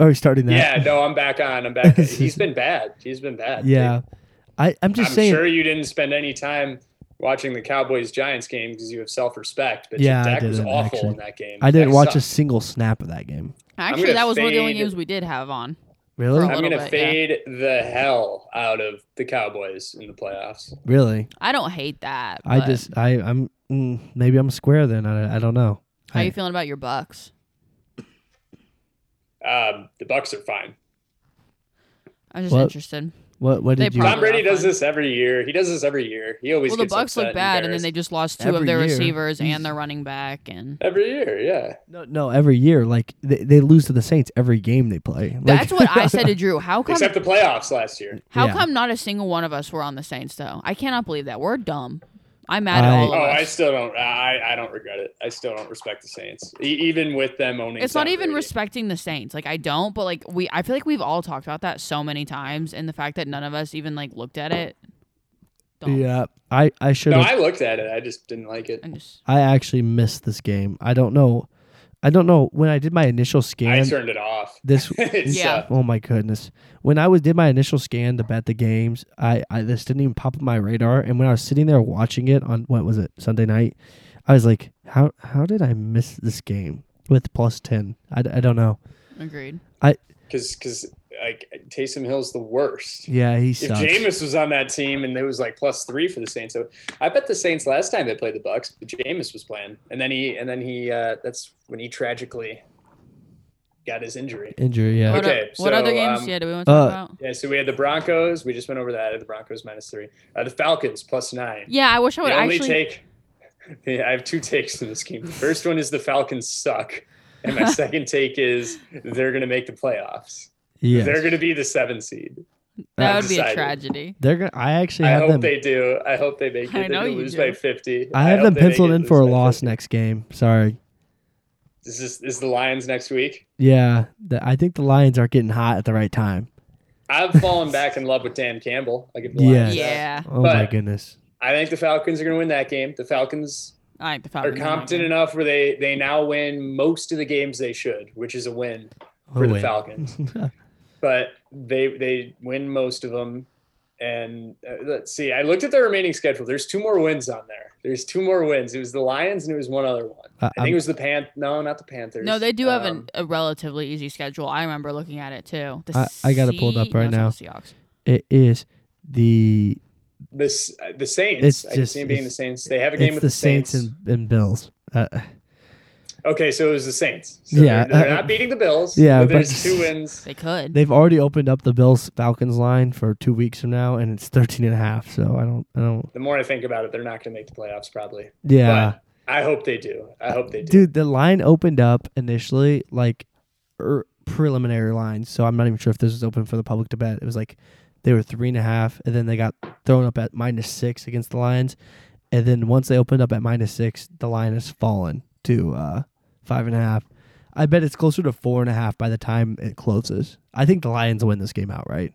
are we starting [LAUGHS] that? yeah, no, I'm back on. I'm [LAUGHS] back. He's been bad. He's been bad. yeah. I I'm just I'm saying. sure you didn't spend any time watching the Cowboys Giants game because you have self respect. But Yeah, I your Dak was didn't, awful actually. in that game. I didn't Dak watch sucked. a single snap of that game. Actually, gonna that was one of the only fade- games we did have on. Really? Bro. a I'm little gonna bit, yeah. fade the hell out of the Cowboys in the playoffs. Really? I don't hate that. I but just I I'm mm, maybe I'm square then. I, I don't know. How I, you feeling about your Bucks? Um, the Bucks are fine. I'm just What? interested. what what They did you? probably- Tom Brady not does fine. this every year. He does this every year. He always Well, the gets Bucks upset look bad, and then they embarrassed. just lost two of Every their year. receivers He's- and their running back, and every year. Yeah, No, no, every year like they, they lose to the Saints every game they play. [LAUGHS] Like- that's what I said to Drew. [LAUGHS] How come? except the playoffs last year. how [LAUGHS] Yeah. come not a single one of us were on the Saints though? I cannot believe that. We're dumb. I'm mad at I- all Oh, of I us. still don't. I, I don't regret it. I still don't respect the Saints, e- even with them owning. it's not Tom even Brady. respecting the Saints. Like I don't, but like we, I feel like we've all talked about that so many times, and the fact that none of us even like looked at it. Dumb. yeah, I I should No, have. I looked at it. I just didn't like it. I'm just. I, actually missed this game. I don't know. I don't know when I did my initial I scan. turned it off. [LAUGHS] [LAUGHS] This It's, Yeah. uh, oh my goodness. When I was did my initial scan to bet the games, I, I this didn't even pop up my radar. And when I was sitting there watching it on what was it Sunday night, I was like, how how did I miss this game with plus ten? I, d- I don't know. Agreed. because because like Taysom Hill's the worst. Yeah, he If sucks. Jameis was on that team and it was like plus three for the Saints, so I bet the Saints last time they played the Bucks, Jameis was playing, and then he and then he uh, that's when he tragically got his injury. Injury, yeah. What, o- Okay, what other so, games? um, yeah, do we want to talk uh, about? Yeah, so we had the Broncos. We just went over that. The Broncos minus three. Uh, the Falcons plus nine. Yeah, I wish I would the only actually. take. [LAUGHS] Yeah, I have two takes in this game. The first one is the Falcons suck, and my second take is they're going to make the playoffs. Yes. They're going to be the seven seed. that I'm would be a excited. tragedy. They're gonna. I actually I have hope them. they do. I hope they make it. I They're know gonna you lose do. by fifty. I have hope them they make penciled it in lose for a by loss 50. next game. Sorry. Is this is the Lions next week? Yeah, the, I think the Lions aren't getting hot at the right time. I've fallen back in love with Dan Campbell. I give the Lions. that. Yeah, Oh my But- goodness. I think the Falcons are going to win that game. The Falcons I like the are Falcons. competent enough where they they now win most of the games they should, which is a win for Oh, the wait. Falcons. [LAUGHS] But they they win most of them. And uh, let's see. I looked at their remaining schedule. There's two more wins on there. There's two more wins. It was the Lions and it was one other one. I- I think it was the Pan. No, not the Panthers. No, they do have Um, an, a relatively easy schedule. I remember looking at it too. The I- I got it pulled up Se- right no, it's not the Seahawks. it is the this the Saints. It's I can just- see it being the it's- Saints. They have a game it's with the Saints and, and Bills. Uh, okay, so it was the Saints. So Yeah, they're, they're uh, not beating the Bills. yeah, but but- [LAUGHS] there's two wins. They could. they've already opened up the Bills Falcons line for two weeks from now, and it's 13 and a half. So I don't, I don't. The more I think about it, they're not going to make the playoffs probably. Yeah, But I hope they do. I hope they do. dude, the line opened up initially like er, preliminary lines, so I'm not even sure if this was open for the public to bet. It was like They were three and a half, and then they got thrown up at minus six against the Lions. And then once they opened up at minus six, the line has fallen to uh, five and a half. I bet it's closer to four and a half by the time it closes. I think the Lions win this game outright.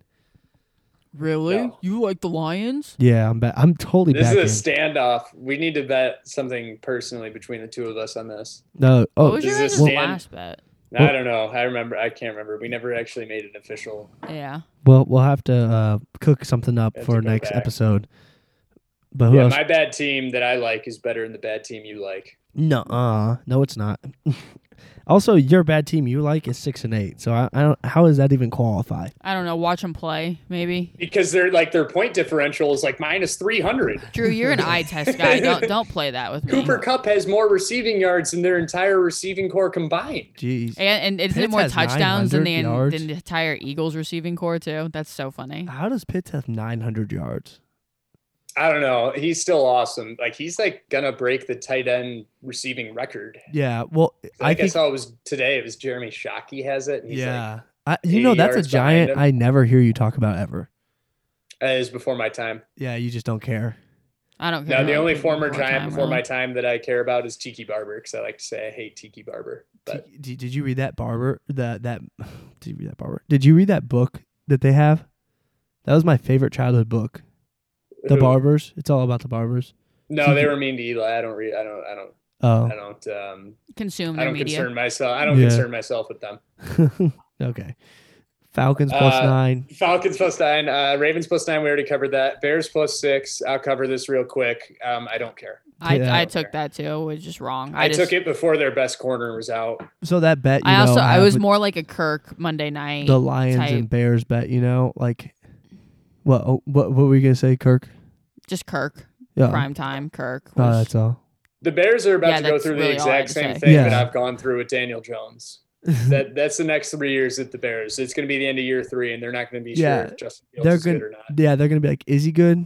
Really? No. You like the Lions? Yeah, I'm bet. I'm totally This back in. is a standoff. We need to bet something personally between the two of us on this. no, oh, what was your this is guys' a stand- last bet? Well- I don't know. I remember. I can't remember. We never actually made an official. Yeah. Well, we'll have to uh, cook something up Have to for go next back. episode. But who yeah, else? my bad team that I like is better than the bad team you like. No, uh, no, it's not. [LAUGHS] also, your bad team you like is six and eight. So I, I don't. How does that even qualify? I don't know. Watch them play, maybe. Because they're like their point differential is like minus three hundred. [LAUGHS] Drew, you're an eye test [LAUGHS] guy. Don't don't play that with me. Cooper Cup has more receiving yards than their entire receiving core combined. Jeez, And, and isn't it Pitts more has touchdowns than the, 900 yards. than the entire Eagles receiving core too? That's so funny. how does Pitts have nine hundred yards? I don't know. He's still awesome. Like he's like gonna break the tight end receiving record. Yeah, well, I I, think I think. saw it was today. It was Jeremy Shockey has it. And he's yeah, Yeah, I, you know 80 that's a yards behind giant him. I never hear you talk about ever. like, uh, it was before my time. Yeah, you just don't care. I don't care. Now the about only Cooper former Cup giant time, before really. my time that I care about is Tiki Barber because I like to say I hate Tiki Barber. But Did- did, did you read that barber? That that [SIGHS] did you read that barber? Did you read that book that they have? That was my favorite childhood book. The Who? barbers. It's all about the barbers. No, they were mean to Eli. I don't read. I don't. I don't. Oh, I don't. Um, consume I their don't media. concern myself. I don't Yeah. concern myself with them. [LAUGHS] okay. Falcons plus Uh, nine. Falcons plus nine. Uh, Ravens plus nine. We already covered that. Bears plus six. I'll cover this real quick. Um, I don't care. Yeah. I, I took that too. It was just wrong. I, I, just, took it before their best corner was out. So that bet. You I know, also I have was with more like a Kirk Monday night. the Lions type. and Bears bet. You know, like what? oh, What? What were you gonna say, Kirk? just Kirk. Yeah. Prime time Kirk. Oh, was- that's [LAUGHS] all. The Bears are about Yeah, to go that's through the really all I had exact to same say. thing that Yeah. I've gone through with Daniel Jones. that that's the next three years at the Bears. It's going to be the end of year three, and they're not going to be Yeah, sure if Justin Fields they're is gonna- good or not. Yeah, they're gonna be like, is he good?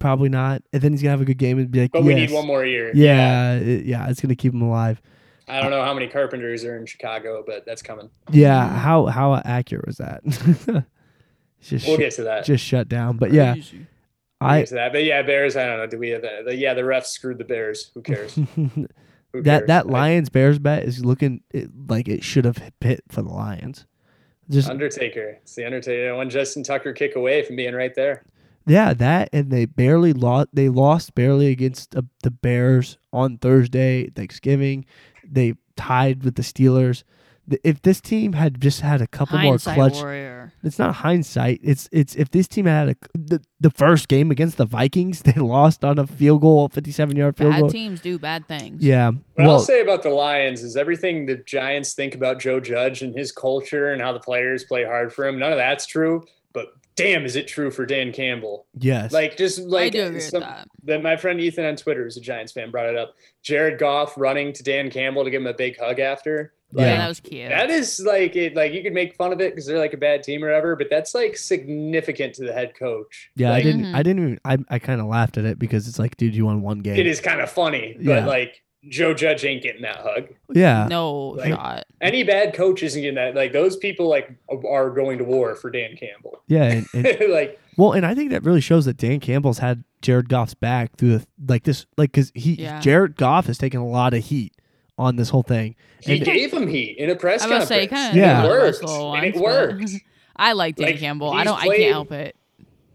Probably not. And then he's gonna have a good game and be like, But we need yes. one more year. Yeah, it- yeah, it's gonna keep him alive. I don't know how many Carpenters are in Chicago, but that's coming. Yeah, Mhm. how how accurate was that? [LAUGHS] just We'll shut- get to that. just shut down. But yeah, Crazy. We'll I get to that. But yeah, Bears. I don't know. Do we have that? Yeah, the refs screwed the Bears. Who [LAUGHS] cares? Who that cares? that I- Lions Bears bet is looking it, like it should have hit for the Lions. Just Undertaker. It's the Undertaker. One Justin Tucker kick away from being right there. yeah, that and they barely lost. They lost barely against the, the Bears on Thursday Thanksgiving. They tied with the Steelers. The- If this team had just had a couple Hindsight more clutch warrior. It's not hindsight. It's it's if this team had a, the the first game against the Vikings, [LAUGHS] they lost on a field goal, fifty seven yard field Bad goal. teams do bad things. Yeah. What I'll well, say about the Lions is everything the Giants think about Joe Judge and his culture and how the players play hard for him. None of that's true, but damn, is it true for Dan Campbell? yes. Like, just like I do agree some- with that. that my friend Ethan on Twitter, who's a Giants fan, brought it up. Jared Goff running to Dan Campbell to give him a big hug after. Yeah, Yeah. Like, that was cute. That is like it. Like you could make fun of it because they're like a bad team or whatever, but that's like significant to the head coach. yeah, I Like, didn't. Mhm. I didn't even. I, I kind of laughed at it because it's like, dude, you won one game. It is kind of funny, but Yeah. like Joe Judge ain't getting that hug. Yeah. no like- shot. Any bad coach isn't getting that. Like those people like are going to war for Dan Campbell. [LAUGHS] Yeah. [LAUGHS] And, and, like well, and I think that really shows that Dan Campbell's had Jared Goff's back through the like this like because he Yeah. Jared Goff has taken a lot of heat on this whole [LAUGHS] thing. he And- gave him heat in a press I was gonna conference. say kind of Yeah. it gave worked. Little And it ones, worked. but- I like Dan Like, Campbell. I he's don't. I played- can't help it.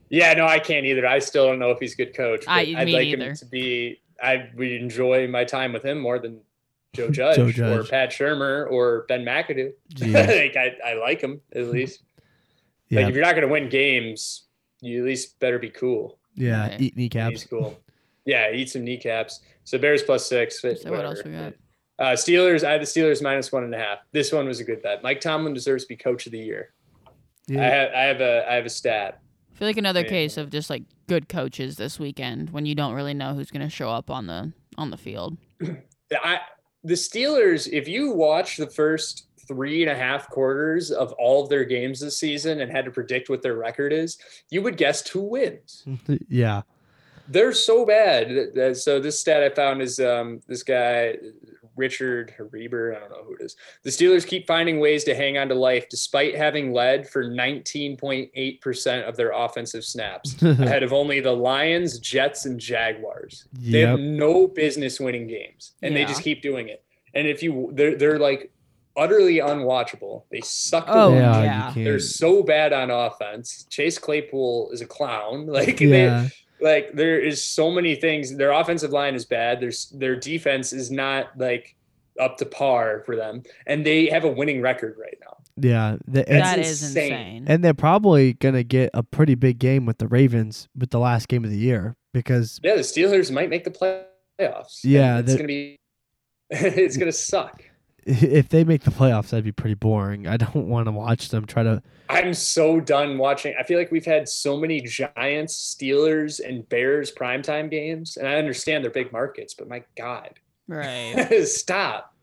Yeah, no, I can't either. I still don't know if he's a good coach. But I- I, would me like neither. him to be. I would enjoy my time with him more than [LAUGHS] Joe Judge, Joe Judge. or Pat Shermer or Ben McAdoo. [LAUGHS] Yeah. like I, I like him at least. Like yeah. if you're not going to win games, you at least better be cool. yeah. Right. Eat He's kneecaps. cool. Yeah, eat some kneecaps. So Bears plus six. but So what else whatever. we got? Uh, Steelers. I had the Steelers minus one and a half. This one was a good bet. Mike Tomlin deserves to be coach of the year. I Yeah. have I have a I have a stat. I feel like another Yeah. case of just like good coaches this weekend when you don't really know who's gonna show up on the on the field. I the Steelers, if you watch the first three and a half quarters of all of their games this season and had to predict what their record is, you would guess two wins. yeah. They're so bad. That- that- So this stat I found is um, this guy Richard or Reber, I don't know who it is. The Steelers keep finding ways to hang on to life despite having led for 19.8% of their offensive [LAUGHS] snaps, ahead of only the Lions, Jets, and Jaguars. They have Yep. no business winning games, and Yeah. they just keep doing it. And if you, they're, they're like utterly unwatchable. They suck. to Oh, watch. yeah, yeah. You can't. They're so bad on offense. Chase Claypool is a clown. [LAUGHS] Like they, yeah. like there is so many things their offensive line is bad there's their defense is not like up to par for them and they have a winning record right now yeah. The- and, That's That is insane. insane. and they're probably gonna get a pretty big game with the Ravens with the last game of the year because yeah the steelers might make the playoffs Yeah, it's that- gonna be [LAUGHS] it's gonna suck [LAUGHS] if they make the playoffs, that'd be pretty boring. I don't want to watch them try to. [LAUGHS] i'm so done watching i feel like we've had so many giants steelers and bears primetime games and i understand they're big markets but my god right. stop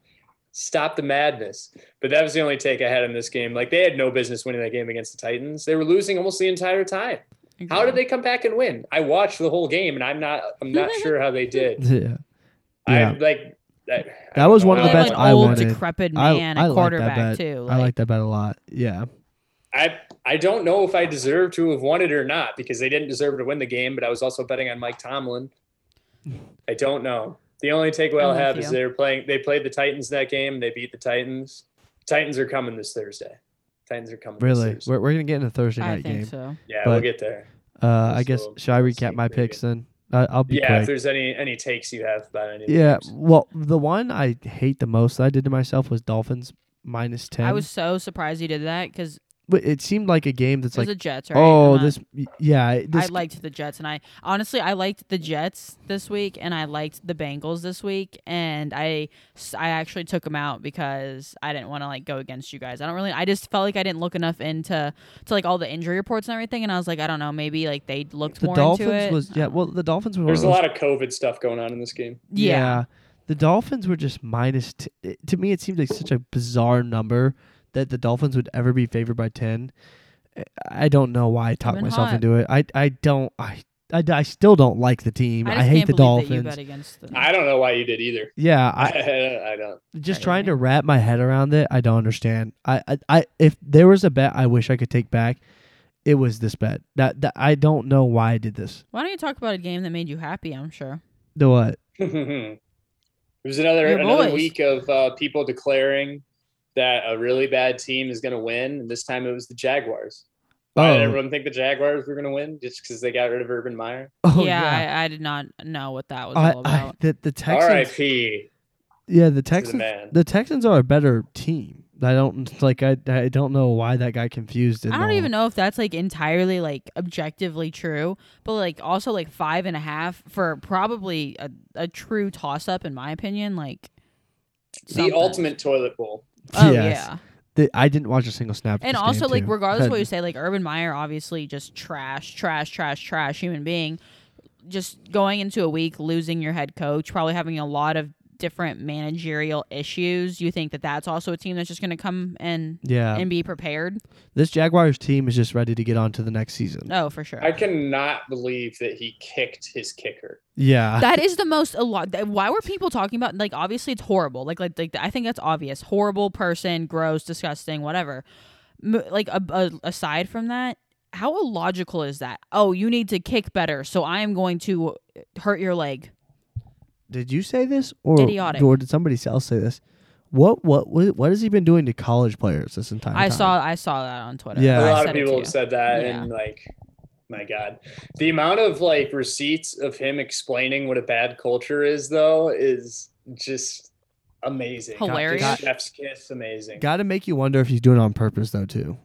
stop the madness but that was the only take i had in this game like they had no business winning that game against the titans they were losing almost the entire time [LAUGHS] how did they come back and win i watched the whole game and i'm not i'm not sure how they did Yeah, i Yeah. like I- I That was don't one of Well, the they know. have bets an I old, wanted. decrepit I- man, I like a that quarterback bet. too. I like that bet a lot. Yeah, I I don't know if I deserve to have won it or not because they didn't deserve to win the game, but I was also betting on Mike Tomlin. I don't know. The only I'm takeaway I'll with have is you. they're playing. They played the Titans that game. They beat the Titans. Titans are coming this Thursday. Titans are coming. this really. Thursday. We're, we're gonna get into Thursday I night think game. so. yeah, but- we'll get there. Uh, I Just guess little should I recap sneak my preview. picks then? I, I'll be Yeah, if quick. there's any any takes you have about any. of the Yeah. games. Well, the one I hate the most that I did to myself was Dolphins minus ten. I was so surprised you did that because it but it seemed like a game that's was like, the Jets, right? oh, I'm not- this, yeah, I this, liked the Jets, and I honestly I liked the Jets this week, and I liked the Bengals this week, and I s- I actually took them out because I didn't want to like go against you guys. I don't really I just felt like I didn't look enough into to like all the injury reports and everything, and I was like I don't know maybe like they looked the more into Dolphins it. was yeah. Well, the Dolphins were one There's of those- a lot of COVID stuff going on in this game. yeah. The Dolphins were just minus. T- it- to me, it seemed like such a bizarre number that the Dolphins would ever be favored by ten. I- I don't know why I talked been myself hot. into it. I I don't I, I, I still don't like the team. I I, just hate can't the believe that you Dolphins. bet against them. I don't know why you did either. yeah, I, [LAUGHS] I, don't. just Crazy. trying to wrap my head around it. I don't understand. I, I, I if there was a bet I wish I could take back, it was this bet. That, that I don't know why I did this. Why don't you talk about a game that made you happy? I'm sure. The what? it was another Your another boys. week of uh, people declaring that a really bad team is going to win, and this time it was the Jaguars. Why did Oh. everyone think the Jaguars were going to win just because they got rid of Urban Meyer? Oh yeah, I, I did not know what that was I, all I, about. the, the Texans. R.I.P. Yeah, the to the Texans. man. The Texans are a better team. I don't like. I I don't know why that got confused. In I the don't whole- [LAUGHS] even know if that's like entirely like objectively true, but like also like five and a half for probably a, a true toss up in my opinion. Like something. The ultimate toilet bowl. Oh Yes. yeah, The- I didn't watch a single snap. of and this also game, like too. regardless of But what you say, like Urban Meyer obviously just trash, trash, trash, trash human being. Just going into a week losing your head coach, probably having a lot of different managerial issues. You think that that's also a team that's just going to come and Yeah, and be prepared? this Jaguars team is just ready to get on to the next season. Oh, for sure. I cannot believe that he kicked his kicker. Yeah, that is the most a lot. that- Why were people talking about like obviously it's horrible. Like like like I think that's obvious. Horrible person, gross, disgusting, whatever. M- like a, a- aside from that, how illogical is that? Oh, you need to kick better, so I am going to hurt your leg. did you say this or Idiotic. or did somebody else say this? What what what, what has he been doing to college players this entire I time? saw I saw that on Twitter. Yeah. a I lot of said it to people you. have said that Yeah. and like my god the amount of like receipts of him explaining what a bad culture is though is just amazing Hilarious. Just chef's kiss amazing Got to make you wonder if he's doing it on purpose though too.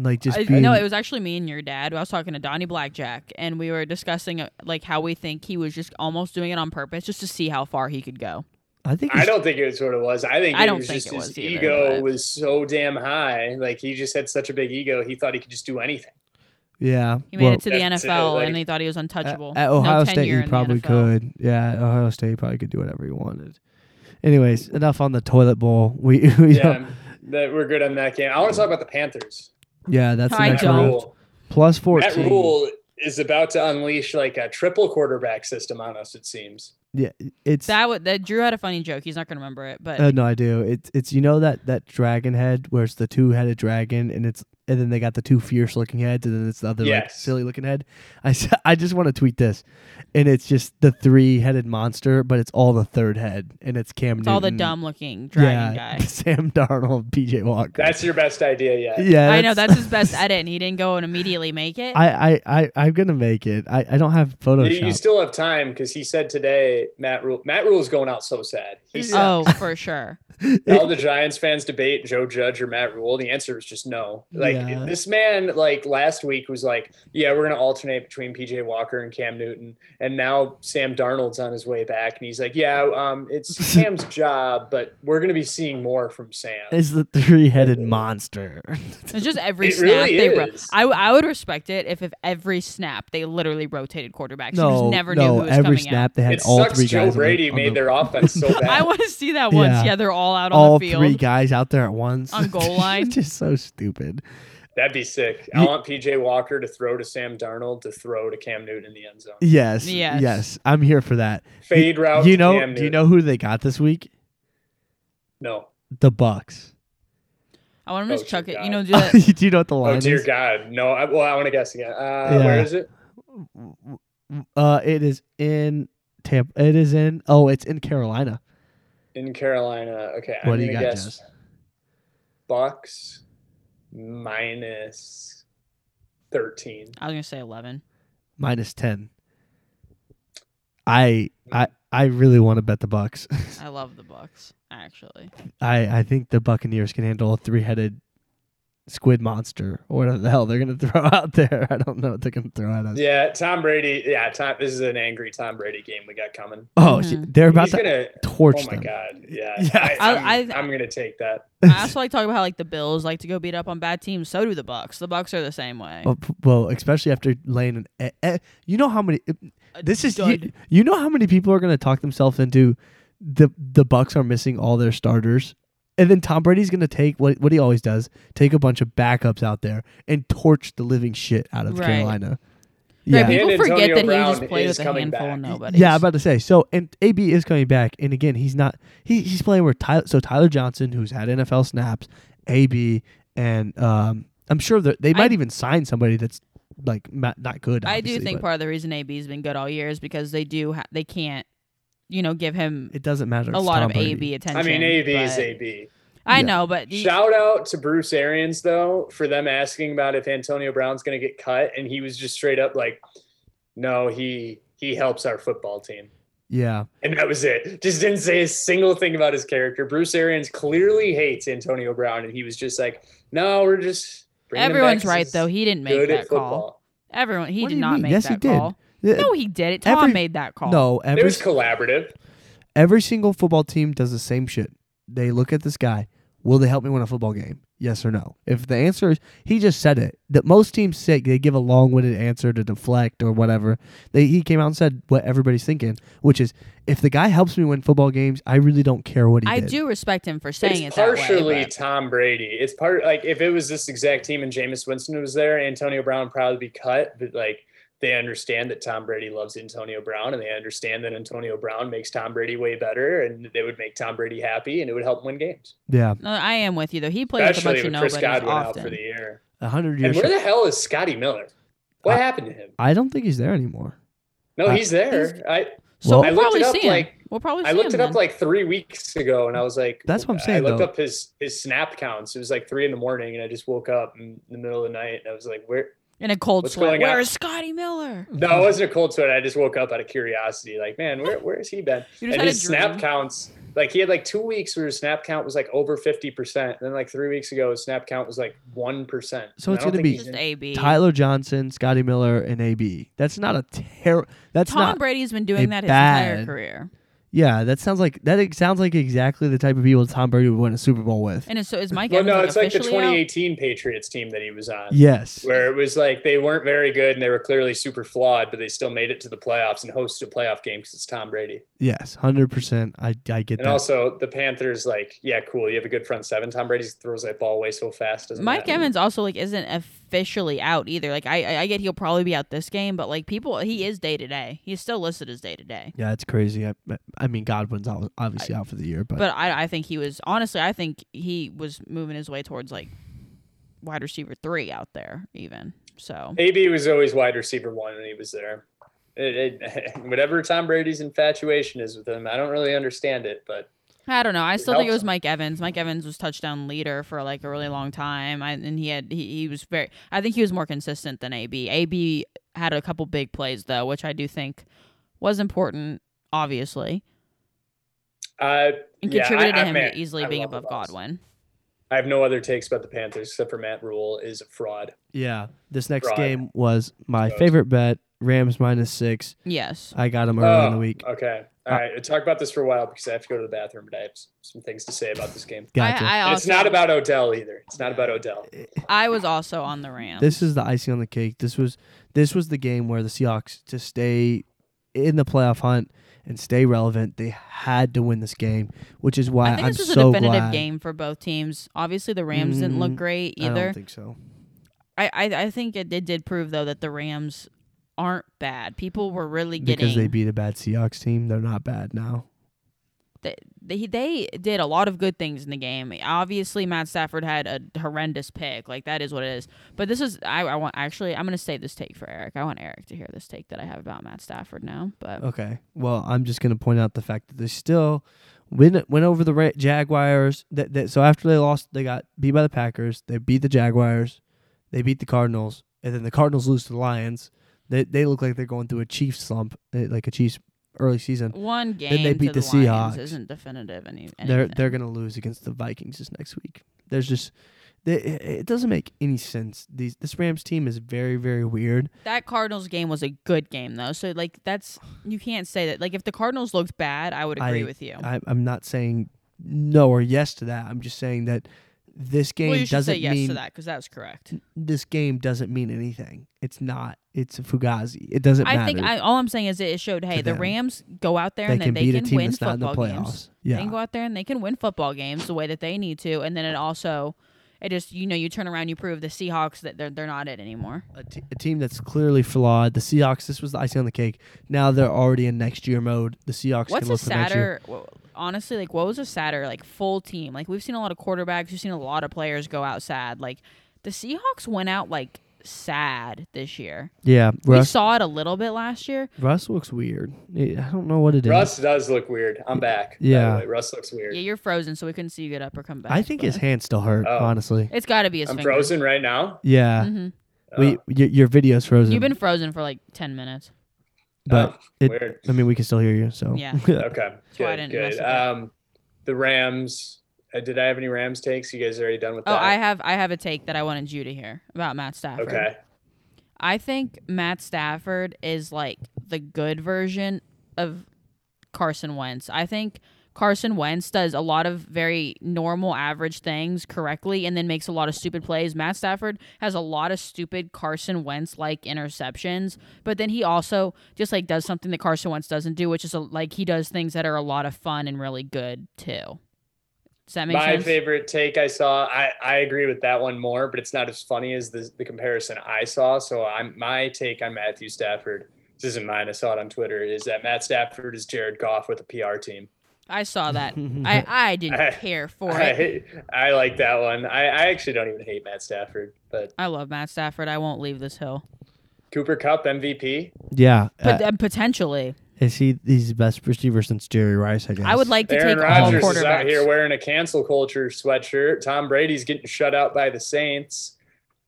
Like just I, being, no, it was actually me and your dad. I was talking to Donnie Blackjack, and we were discussing uh, like how we think he was just almost doing it on purpose, just to see how far he could go. I think I he's- don't think it was what it was. I think I it don't was think just it his was either, ego but- was so damn high. Like he just had such a big ego, he thought he could just do anything. yeah. He made well, it to the That's it, NFL, like- and he thought he was At, untouchable. at No Ohio State, tenure you in the probably NFL. could. Yeah, at Ohio State, you probably could do whatever you wanted. Anyways, enough on the toilet bowl. [LAUGHS] We, we Yeah, yeah, I'm- that we're good on that game. I want to talk about the Panthers. yeah that's the I next Matt don't. round. Rule. Plus Matt fourteen. Rule is about to unleash like a triple quarterback system on us. It seems. Yeah, it's That would that Drew had a funny joke. He's not gonna remember it, but Uh, no, I do. It's it's you know that that dragon head where it's the two headed dragon and it's and then they got the two fierce looking heads and then it's the other like Yes. silly looking head. [LAUGHS] I s- I just want to tweet this, and it's just the three headed monster, but it's all the third head and it's Cam. it's all the Newton. dumb looking dragon yeah, guy. [LAUGHS] Sam Darnold, PJ Walker. That's your best idea yet. yeah. I know that's his best edit, and he didn't go and immediately make it. [LAUGHS] I I I I'm gonna make it. I I don't have You, Photoshop. you still have time because he said today Matt Rule Matt Rule is going out so sad. He said [LAUGHS] oh, for sure. Uh, all the Giants fans debate Joe Judge or Matt Rule. The answer is just no. Like Yeah. this man, like last week was like, yeah, we're gonna alternate between PJ Walker and Cam Newton, and now Sam Darnold's on his way back, and he's like, yeah, um, it's [LAUGHS] Sam's job, but we're gonna be seeing more from Sam. It's the three headed monster. It's just every It snap really they. Ro- is. I I would respect it if if every snap they literally rotated quarterbacks. you just no, never no. knew who was every coming snap out. they had It all sucks three Joe guys. on the- Brady on made the [LAUGHS] their offense so bad. I want to see that once. Yeah. Yeah, they're all out on all the field. three guys out there at once On [LAUGHS] goal line. just so stupid. That'd be sick. I want PJ Walker to throw to Sam Darnold to throw to Cam Newton in the end zone. Yes, yes, Yes. I'm here for that. Fade You- route You to know, Cam do you Newton. know who they got this week? No. The Bucks. I want him to Oh, just chuck dear it. God. You know, do that. do [LAUGHS] you know what the line Oh dear is? God, no! I, well, I want to guess again. Uh, Yeah. Where is it? Uh, it is in Tampa. It is in. Oh, it's in Carolina. In Carolina. Okay, What I'm do you gonna got, guess Bucks minus thirteen. I was gonna say eleven. Minus ten. I I I really want to bet the Bucks. [LAUGHS] I love the Bucks actually. I I think the Buccaneers can handle a three headed squid monster or whatever the hell they're gonna [LAUGHS] throw out there. I don't know what they're gonna throw at us. Yeah, Tom Brady. Yeah, Tom. This is an angry Tom Brady game we got coming. Oh, Mhm. shit, they're about He's to gonna. torch Oh my them. God. Yeah. Yeah. I, I'm, I- I- am gonna take that. [LAUGHS] I also like talking about how like the Bills like to go beat up on bad teams. So do the Bucks. The Bucks are the same way. Well, Oh, p- well, especially after laying an. Eh, eh, you know how many. A This is you, dud. you know how many people are going to talk themselves into the the Bucks are missing all their starters, and then Tom Brady's going to take what what he always does, take a bunch of backups out there and torch the living shit out of Right. Carolina. Right, Yeah. people And Antonio forget that he just Brown played is with a coming handful of back. nobody. Yeah, I'm about to say. So, and AB is coming back, and again, he's not. He he's playing where Tyler. So Tyler Johnson, who's had NFL snaps, AB, and um, I'm sure that they might I- even sign somebody that's like not, not good. I do obviously, think but part of the reason AB's been good all year is because they do ha- they can't, you know, give him it doesn't matter. a It's lot Tom of Brady. AB attention. I mean, AB is but- AB. I Yeah. know, but he- Shout out to Bruce Arians though for them asking about if Antonio Brown's gonna get cut, and he was just straight up like, "No, he he helps our football team." Yeah, And that was it. Just didn't say a single thing about his character. Bruce Arians clearly hates Antonio Brown, and he was just like, "No, we're just." bringing him back everyone's 'cause right he's though. He didn't make good at that call. football." Everyone, he What do did you not mean? make Yes, he that did. call. Yeah, No, he did it. Tom Every- made that call. no. It Every was collaborative. every single football team does the same shit. They look at this guy. Will they help me win a football game? Yes or no. If the answer is, he just said it. That most teams say they give a long-winded answer to deflect or whatever. They he came out and said what everybody's thinking, which is, if the guy helps me win football games, I really don't care what he I did. do respect him for saying it's it that partially way. but- Tom Brady. It's part like if it was this exact team and Jameis Winston was there, Antonio Brown would probably be cut. But like they understand that Tom Brady loves Antonio Brown, and they understand that Antonio Brown makes Tom Brady way better, and they would make Tom Brady happy, and it would help win games. Yeah, No, I am with you though. He plays with a Especially bunch of when Chris nobodies Godwin out often. for the year. a hundred And years. where from- the hell is Scotty Miller? What I- happened to him? I don't think he's there anymore. No, I- he's there. I so Well- we'll I looked probably it up, see him. like- we'll probably see I looked him it up then. like three weeks ago, and I was like, That's what I'm I saying, looked though. up his his snap counts. It was like three in the morning, and I just woke up in the middle of the night, and I was like, where? in a cold What's sweat. going on? Where is Scotty Miller? Mm-hmm. No, it wasn't a cold sweat. I just woke up out of curiosity, like, man, where where has he been? You And had a his snap dream. counts, like, he had like two weeks where his snap count was like over fifty percent. Then like three weeks ago, his snap count was like one percent. So it's gonna be- Just AB. Tyler Johnson, Scotty Miller, and AB. That's not a terror. That's Tom not Brady's been a doing that his bad- entire career. Yeah, that sounds like that ex- sounds like exactly the type of people Tom Brady would win a Super Bowl with. And is, so is Mike Well, Evans no, like, it's like the officially out? 2018 Patriots team that he was on. Yes. where it was like they weren't very good and they were clearly super flawed, but they still made it to the playoffs and hosted a playoff game because it's Tom Brady. Yes. Hundred percent. I I get And that. also the Panthers, like, yeah, cool. You have a good front seven. Tom Brady throws that ball away so fast. Doesn't Mike that- Evans also like isn't officially out either. Like I, I- I get he'll probably be out this game, but like people, he is day to day. He's still listed as day to day. yeah, it's crazy. I I mean Godwin's out- obviously out for the year, but, But I, I think he was honestly, I think he was moving his way towards like wide receiver three out there even. So AB was always wide receiver one when he was there. It, it, [LAUGHS] whatever Tom Brady's infatuation is with him, I don't really understand it, but I don't know. I still helps think it was him. Mike Evans. Mike Evans was touchdown leader for like a really long time, I, and he had he, he was very. I think he was more consistent than AB. AB had a couple big plays though, which I do think was important, obviously, uh, and Yeah, I- contributed I- to him man, easily I being love above the Bucks. Godwin. I have no other takes about the Panthers except for Matt Rule is a fraud. yeah, this next Right. game was my Sucks. favorite bet. Rams minus six. Yes. I got them early in the Oh, week. Okay. All right. Talk about this for a while because I have to go to the bathroom, but I have s- some things to say about this game. Gotcha. I, I And also, it's not about Odell either. It's not about Odell. I was also on the Rams. this is the icing on the cake. This was this was the game where the Seahawks to stay in the playoff hunt and stay relevant, they had to win this game, which is why I think am this was so a definitive glad. game for both teams. Obviously, the Rams didn't look Mm, great I either. don't think so. I, I, I think it did, did prove though that the Rams aren't bad. People were really getting Because they beat a bad Seahawks team, they're not bad now. they, they they did a lot of good things in the game. Obviously, Matt Stafford had a horrendous pick. Like that is what it is. But this is I, I want actually I'm gonna save this take for Eric. I want Eric to hear this take that I have about Matt Stafford now. But Okay. Well, I'm just going to point out the fact that they still win, went over the Ra- Jaguars. That, that so after they lost, they got beat by the Packers. They beat the Jaguars. They beat the Cardinals, and then the Cardinals lose to the Lions. They they look like they're going through a Chiefs slump, eh, like a Chiefs early season. one game they beat to the, the Lions Seahawks. isn't definitive any. They're anything. they're going to lose against the Vikings this next week. There's just they, it it doesn't make any sense. These this Rams team is very very weird. that Cardinals game was a good game though. So like that's you can't say that. Like if the Cardinals looked bad, I would agree I- with you. I, I'm not saying no or yes to that. I'm just saying that this game well, you should doesn't say yes mean to that because that was correct. this game doesn't mean anything. It's not. It's a fugazi. It doesn't matter. I think I, all I'm saying is it it showed hey the them. Rams go out there they and then can they beat a can team win that's not in the football playoffs. games. They can Yeah, go out there and they can win football games the way that they need to, and then it also it just you know you turn around you prove the Seahawks that they're they're not it anymore. a, t- a team that's clearly flawed. The Seahawks. This was the icing on the cake. Now they're already in next year mode. The Seahawks What's can a look for next year. sadder? wh- Honestly, like what was a sadder like full team? Like we've seen a lot of quarterbacks, we've seen a lot of players go out sad. Like the Seahawks went out like sad this year. Yeah, We Russ. saw it a little bit last year. Russ looks weird. I I don't know what it is. Russ does look weird. I'm back. by the Yeah. way. Russ looks weird. Yeah, you're frozen, so we couldn't see you get up or come back. I think but his hand still hurt. Oh. Honestly. it's got to be his. I'm finger. frozen right now. Yeah. Mhm. We Oh, your, your video's frozen. You've been frozen for like ten minutes. but Oh, it, weird. I mean, we can still hear you. So Yeah. [LAUGHS] Okay. why I Good. didn't mess Good. with that. Um, the Rams. Uh, did I have any Rams takes? You guys already done with Oh, I that? have I have a take that I wanted you to hear about Matt Stafford. Okay. I think Matt Stafford is like the good version of Carson Wentz. I think Carson Wentz does a lot of very normal, average things correctly and then makes a lot of stupid plays. Matt Stafford has a lot of stupid Carson Wentz like interceptions, but then he also just like does something that Carson Wentz doesn't do, which is a, like he does things that are a lot of fun and really good too. Does that make My sense? favorite take I saw. I, I agree with that one more, but it's not as funny as the, the comparison I saw. So I'm my take on Matthew Stafford. This isn't mine. I saw it on Twitter. Is that Matt Stafford is Jared Goff with a PR team? I saw that. I, I didn't I- care for it. I, I like that one. I, I actually don't even hate Matt Stafford, but I love Matt Stafford. I won't leave this hill. Cooper Cup MVP. yeah. But uh, uh, potentially, is he he's the best receiver since Jerry Rice? I guess. I would like to Aaron take Rodgers all is out here quarterbacks. wearing a cancel culture sweatshirt. Tom Brady's getting shut out by the Saints.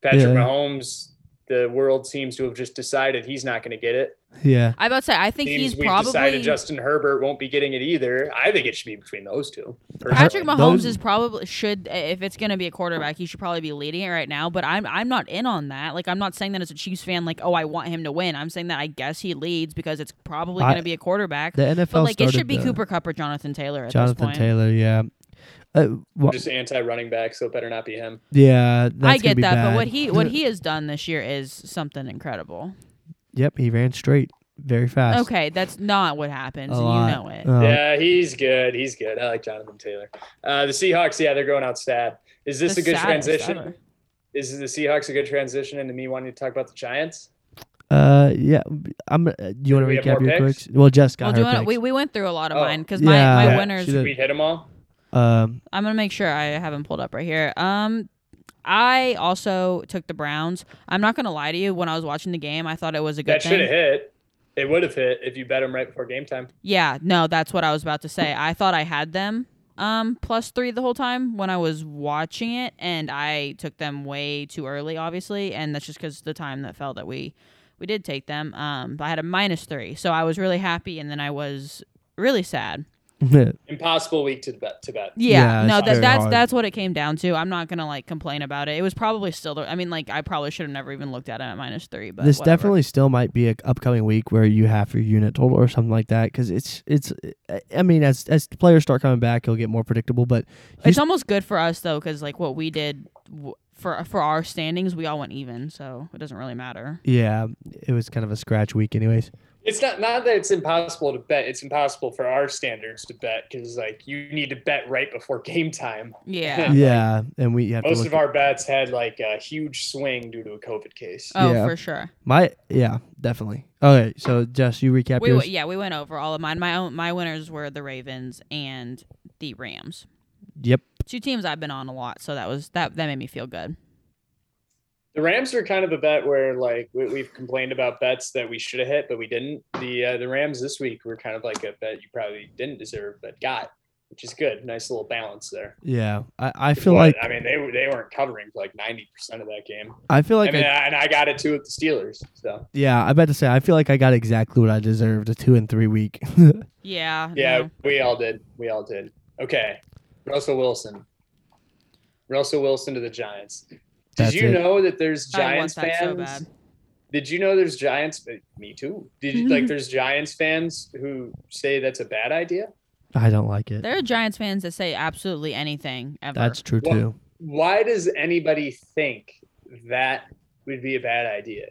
Patrick Yeah. Mahomes the world seems to have just decided he's not going to get it. Yeah. I about to say I think Seems he's we've probably decided Justin Herbert won't be getting it either. I think it should be between those two. Patrick Those- Mahomes is probably should if it's going to be a quarterback, he should probably be leading it right now. But I'm I'm not in on that. Like I'm not saying that as a Chiefs fan, like oh I want him to win. I'm saying that I guess he leads because it's probably I- going to be a quarterback. The NFL But like it started should be the- Cooper Cup or Jonathan Taylor at this Jonathan point. Taylor. Yeah. Uh, wha- Just anti-running back, so it better not be him. yeah. That's I gonna get be that, bad. but what he [LAUGHS] what he has done this year is something incredible. Yep. He ran straight, very fast. Okay, that's not what happens. A and lot. You know it. Uh, yeah, he's good. He's good. I like Jonathan Taylor. Uh, the Seahawks, yeah, they're going out sad. Is this The a good saddest transition? ever. Is the Seahawks a good transition into me wanting to talk about the Giants? Uh, yeah. I'm. Uh, do you want we to have recap more your picks? picks? Well, Jess got Well, do her you wanna, picks. we we went through a lot of Oh. mine because Yeah. my my Yeah, winners she did. We hit them all. um, [LAUGHS] I'm gonna make sure I haven't pulled up right here. Um, I also took the Browns. I'm not gonna lie to you. When I was watching the game, I thought it was a good That should thing. have hit. It would have hit if you bet them right before game time. Yeah, no, that's what I was about to say. I thought I had them um plus three the whole time when I was watching it, and I took them way too early, obviously, and that's just because the time that fell that we we did take them. Um, I had a minus three, so I was really happy, and then I was really sad. Impossible week to bet. To bet. Yeah, Yeah, no, it's that, very that's hard. that's what it came down to. I'm not gonna like complain about it. It was probably still. The, I mean, like I probably should have never even looked at it at minus three. But this whatever. definitely still might be an upcoming week where you have your unit total or something like that because it's it's. I- I mean, as as players start coming back, you'll get more predictable. But It's almost good for us though, because like what we did w- for for our standings, we all went even, so it doesn't really matter. yeah, it was kind of a scratch week, anyways. It's not not that it's impossible to bet. It's impossible for our standards to bet because like you need to bet right before game time. Yeah. Yeah, and we have to Most look of our bets had like a huge swing due to a COVID case. Oh, Yeah. for sure. My yeah, definitely. Okay, so Jess, you recap We yours. w- yeah we went over all of mine. My own, my winners were the Ravens and the Rams. Yep. Two teams I've been on a lot, so that was that that made me feel good. The Rams are kind of a bet where like we, we've complained about bets that we should have hit but we didn't. The uh, the Rams this week were kind of like a bet you probably didn't deserve but got, which is good. Nice little balance there. Yeah, I, I feel But, like I mean they were- they weren't covering for like ninety percent of that game. I Oh, feel like I mean, I, I, and I got it too with the Steelers. So yeah. I about to say I feel like I got exactly what I deserved a two and three week. [LAUGHS] Oh, Yeah. yeah, no. we all did. We all did. Okay, Russell Wilson. Russell Wilson to the Giants. Did That's you it. know that there's I want Giants that fans? so bad. Did you know there's Giants? Me too. Did [LAUGHS] you like there's Giants fans who say that's a bad idea? I don't like it. There are Giants fans that say absolutely anything ever. That's true Well- too. Why does anybody think that would be a bad idea?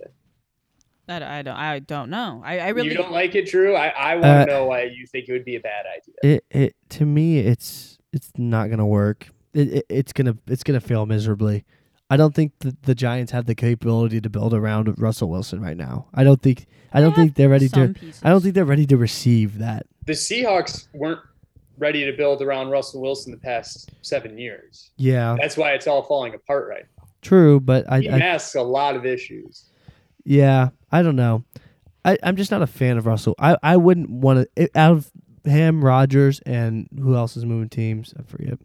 That I don't. I don't know. I, I really. you don't like it, Drew? I, I want Uh, to know why you think it would be a bad idea. It it to me it's it's not gonna work. It, it it's gonna it's gonna fail miserably. I don't think that the Giants have the capability to build around Russell Wilson right now. I don't think I don't have think they're ready to. some pieces. I don't think they're ready to receive that. The Seahawks weren't ready to build around Russell Wilson the past seven years. Yeah, That's why it's all falling apart right now. true, but I, He I masks a lot of issues. Yeah, I don't know. I, I'm just not a fan of Russell. I, I wouldn't want to out of him, Rogers, and who else is moving teams? I forget.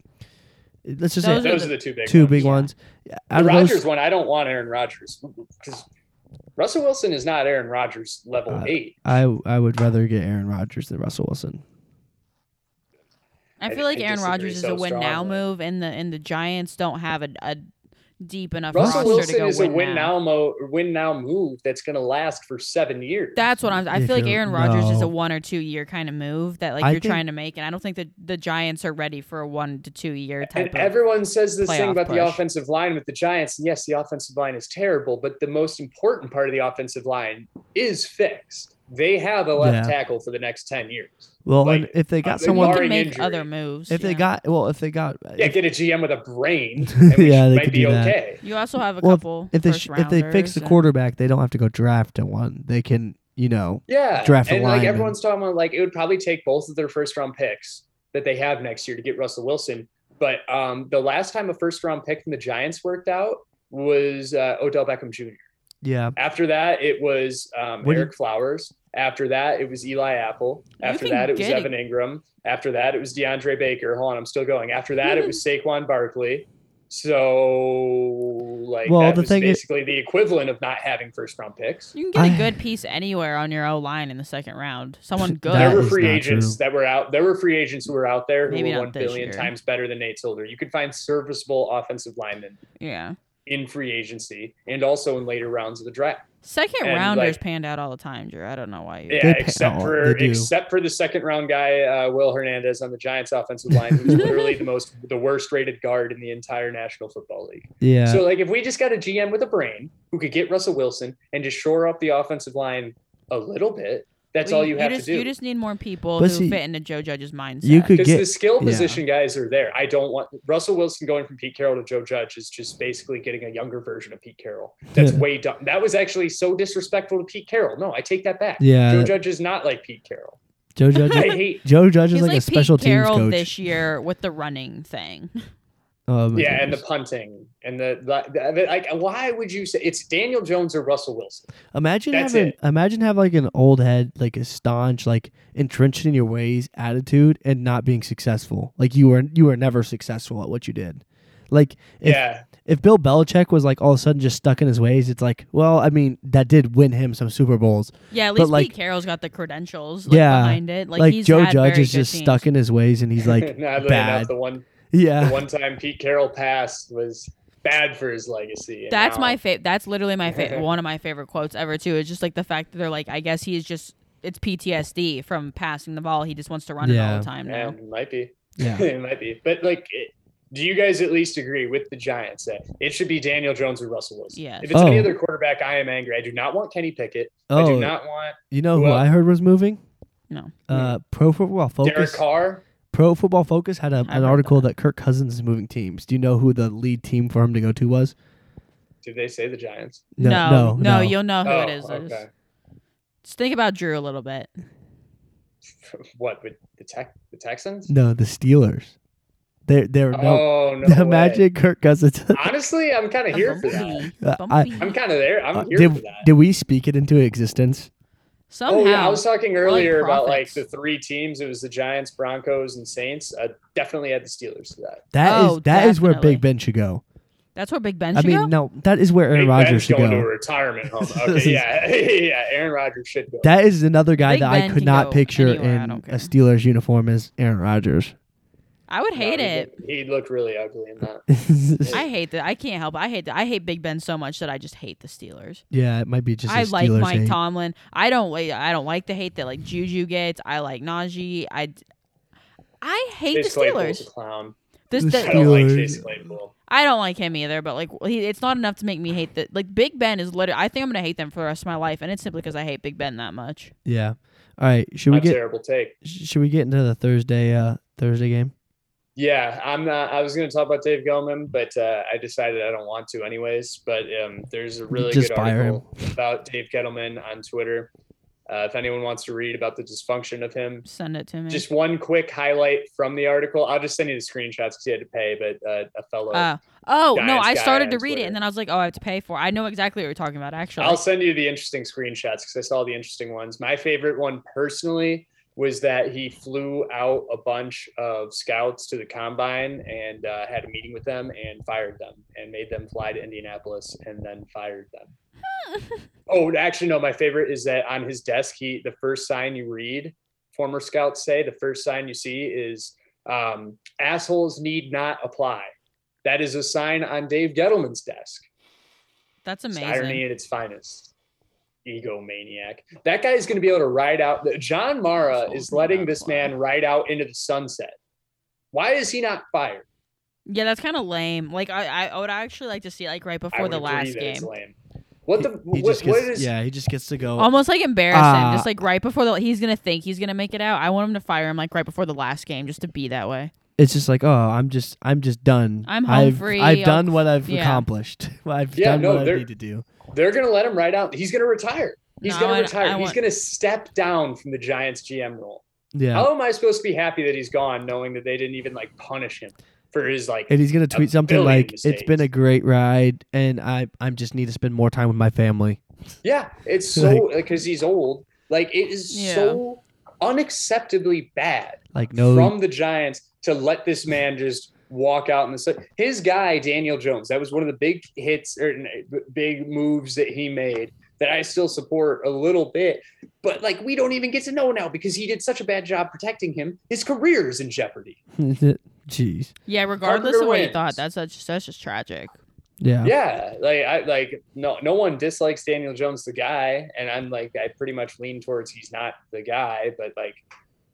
Let's just Those say Those are the two big two ones. big yeah. ones. The Out of Rodgers those, one, I don't want Aaron Rodgers because Russell Wilson is not Aaron Rodgers level Uh, eight. I I would rather get Aaron Rodgers than Russell I Wilson. I- feel like I Aaron disagree Rodgers is so a win now strongly. move, and the and the Giants don't have a, a deep enough Russell roster Wilson to go is win, a win now. mo- win now move that's going to last for seven years. That's what I'm. I Yeah, feel like sure. Aaron Rodgers is a No. one or two year kind of move that like I you're think- trying to make, and I don't think that the Giants are ready for a one to two year type. and of, everyone says this playoff thing about the push. offensive line with the Giants. And yes, the offensive line is terrible, but the most important part of the offensive line is fixed. They have a left Yeah. tackle for the next 10 years. Well, and Like, if they uh, got they you someone, can barring make injury. other moves. if they yeah. got well, if they got Yeah, if, get a GM with a [LAUGHS] brain. And we Yeah, they might could be do that. okay. you also have a well, couple. if they first sh- if they fix rounders the and- quarterback, they don't have to go draft a one. They can you know Yeah. Draft a and like lineman. everyone's talking about like it would probably take both of their first round picks that they have next year to get Russell Wilson. But um the last time a first round pick from the Giants worked out was uh, Odell Beckham Jr. yeah After that it was um, What Eric Flowers. After that it was Eli Apple. You After can that it was get- [LAUGHS] Evan Ingram. After that it was DeAndre Baker. Hold on, I'm still going. After that it was Saquon Barkley. So, like, Well, that the was thing is- basically the equivalent of not having first round picks. You can get a I- good piece anywhere on your O line in the second round. Someone good. That there were is free not agents true. that were out. There were free agents who were out there who Maybe were not one this billion year. times better than Nate Solder. You could find serviceable offensive linemen yeah. in free agency and also in later rounds of the draft. Second And, rounders like- panned out all the time, Drew. I don't know why you. Yeah, They pay- except oh, for they do. except for the second round guy, uh, Will Hernandez on the Giants offensive line, [LAUGHS] who's literally the most the worst rated guard in the entire National Football League. Yeah. So like if we just got a GM with a brain who could get Russell Wilson and just shore up the offensive line a little bit, that's Well, all you, have just, to do. You just need more people But who see, fit into Joe Judge's mindset. you could because get the skill yeah. position guys are there. I don't want Russell Wilson going from Pete Carroll to Joe Judge is just basically getting a younger version of Pete Carroll. That's Yeah. way dumb. That was actually so disrespectful to Pete Carroll. No, I take that back. Yeah. Joe Judge is not like Pete Carroll. Joe Judge. [LAUGHS] I is- hate. Joe Judge He's is like, a special Pete Carroll teams coach. this year with the running thing. [LAUGHS] Oh, my Yeah, and the goodness. punting and the, the, the like. Why would you say it's Daniel Jones or Russell Wilson? imagine that's having it. imagine having like an old head, like a staunch, like entrenched in your ways attitude, and not being successful. Like you were you were never successful at what you did. Like if yeah, [LAUGHS] if Bill Belichick was like all of a sudden just stuck in his ways, it's like, well, I mean, that did win him some Super Bowls. Yeah, at But, least like- Pete Carroll's got the credentials like, Yeah, behind it. Like, Like, he's Joe had Judge very is good just teams. stuck in his ways, and he's [LAUGHS] like Oddly bad. Enough, [LAUGHS] the one the yeah, one time Pete Carroll passed was bad for his legacy. and That's now- my favorite. That's literally my [LAUGHS] favorite. one of my favorite quotes ever too. Is just like the fact that they're like, I guess he is just it's PTSD from passing the ball. He just wants to run it all Yeah. the time Yeah, now. it might be. [LAUGHS] yeah. it might be. But like, it- do you guys at least agree with the Giants that it should be Daniel Jones or Russell Wilson? Yes. If it's any Oh. other quarterback, I am angry. I do not want Kenny Pickett. I do Oh, not want you know who well- I heard was moving? No. Uh, Pro Football Mm-hmm. Derek Focus. Carr. Pro Football Focus had a, I read an article that. that. Kirk Cousins is moving teams. Do you know who the lead team for him to go to was? Did they say the Giants? No, no, you'll know who oh, it is. I just- okay. Just think about Drew a little bit. What with the Tex the Texans? no the Steelers. They're they're no. Oh [LAUGHS] no! way. Imagine Kirk Cousins. Honestly, I'm kind of here for that. Bumpy, Uh, [LAUGHS] I- bumpy. I'm kind of there. I'm here for Uh, did, that. did we speak it into existence? Somehow, Oh yeah, I was talking like earlier about like prophets. the three teams. It was the Giants, Broncos, and Saints. I definitely had the Steelers to that. That is Oh, that is where definitely. Big Ben should go. that's where Big Ben I should mean, go. no, that is where Aaron Big Rodgers Ben's should going go. to a retirement [LAUGHS] home. Okay, yeah, [LAUGHS] yeah. Aaron Rodgers should go. That is another guy Big that Ben I could can go not picture anywhere, I in don't care. a Steelers uniform as Aaron Rodgers. I would hate No, he it. looked- He looked really ugly in that. [LAUGHS] I hate that. I can't help. It. I hate that. I hate Big Ben so much that I just hate the Steelers. yeah, it might be just. a I like Steelers Mike hate. Tomlin. I don't like. I don't like the hate that like Juju gets. I like Najee. I I hate Chase the Claypool's a [LAUGHS] Steelers. clown. This The I the, [LAUGHS] Steelers. don't like Steelers. Chase Claypool. I don't like him either. But like, he, it's not enough to make me hate that. Like Big Ben is literally. I think I'm gonna hate them for the rest of my life, and it's simply because I hate Big Ben that much. Yeah. All right. Should My we get terrible take. Should we get into the Thursday uh Thursday game? Yeah, I'm not. I was going to talk about Dave Gelman, but uh, I decided I don't want to, anyways. But um, there's a really Just good fire him. article about Dave Gettleman on Twitter. Uh, if anyone wants to read about the dysfunction of him, Send it to me. just one quick highlight from the article. I'll just send you the screenshots because you had to pay, but uh, a fellow. Uh, oh no! Giants I guy started on to read it, Twitter. and then I was like, "Oh, I have to pay for." it. I know exactly what you're talking about. Actually, I'll send you the interesting screenshots because I saw the interesting ones. My favorite one personally was that he flew out a bunch of scouts to the combine and uh, had a meeting with them and fired them and made them fly to Indianapolis and then fired them. oh, actually, no. My favorite is that on his desk, he the first sign you read, former scouts say the first sign you see is um, "assholes need not apply." That is a sign on Dave Gettleman's desk. that's It's amazing. irony at its finest. Egomaniac. That guy is going to be able to ride out. John Mara is letting this man ride out into the sunset. Why is he not fired? Yeah, that's kind of lame. Like, I, I would actually like to see like right I before would the agree last that it's game. lame. What the? He what, just what gets- is? yeah, he just gets to go. Almost like embarrassing, Oh. Ah. just like right before the he's gonna think he's gonna make it out. I want him to fire him like right before the last game, just to be that way. it's just like, oh, I'm just, I'm just done. I'm home I've, free, I've I'll- done what I've yeah. accomplished. [LAUGHS] I've Yeah, done no, what I they're- need to do. They're going to let him ride out. He's going to retire. He's No, going I- to retire. I he's want- going to step down from the Giants GM role. Yeah, How am I supposed to be happy that he's gone, knowing that they didn't even like punish him for his like? and he's gonna tweet something billion like, "It's mistakes. been a great ride, and I, I just need to spend more time with my family." Yeah, it's so because he's old. Like it is Yeah. so unacceptably bad. Like, no, from the Giants to let this man just walk out in the sun. His guy, Daniel Jones, that was one of the big hits or big moves that he made that I still support a little bit. But like, we don't even get to know now because he did such a bad job protecting him. His career is in jeopardy. [LAUGHS] Jeez. Yeah, regardless Carpenter of what you wins. thought, that's that's just, that's just tragic. Yeah. Yeah, like I like no no one dislikes Daniel Jones the guy, and I'm like I pretty much lean towards he's not the guy, but like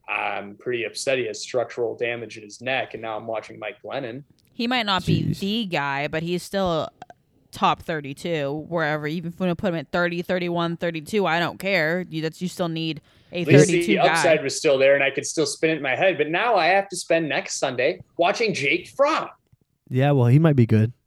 I'm pretty upset he has structural damage in his neck, and now I'm watching Mike Glennon. He might not Jeez. be the guy, but he's still top 32 wherever even if you want to put him at 30 31 32 i don't care you that's you still need a At least the 32 guy upside was still there, and I could still spin it in my head. But now I have to spend next Sunday watching Jake Fromm. Yeah. Well, he might be good. [LAUGHS]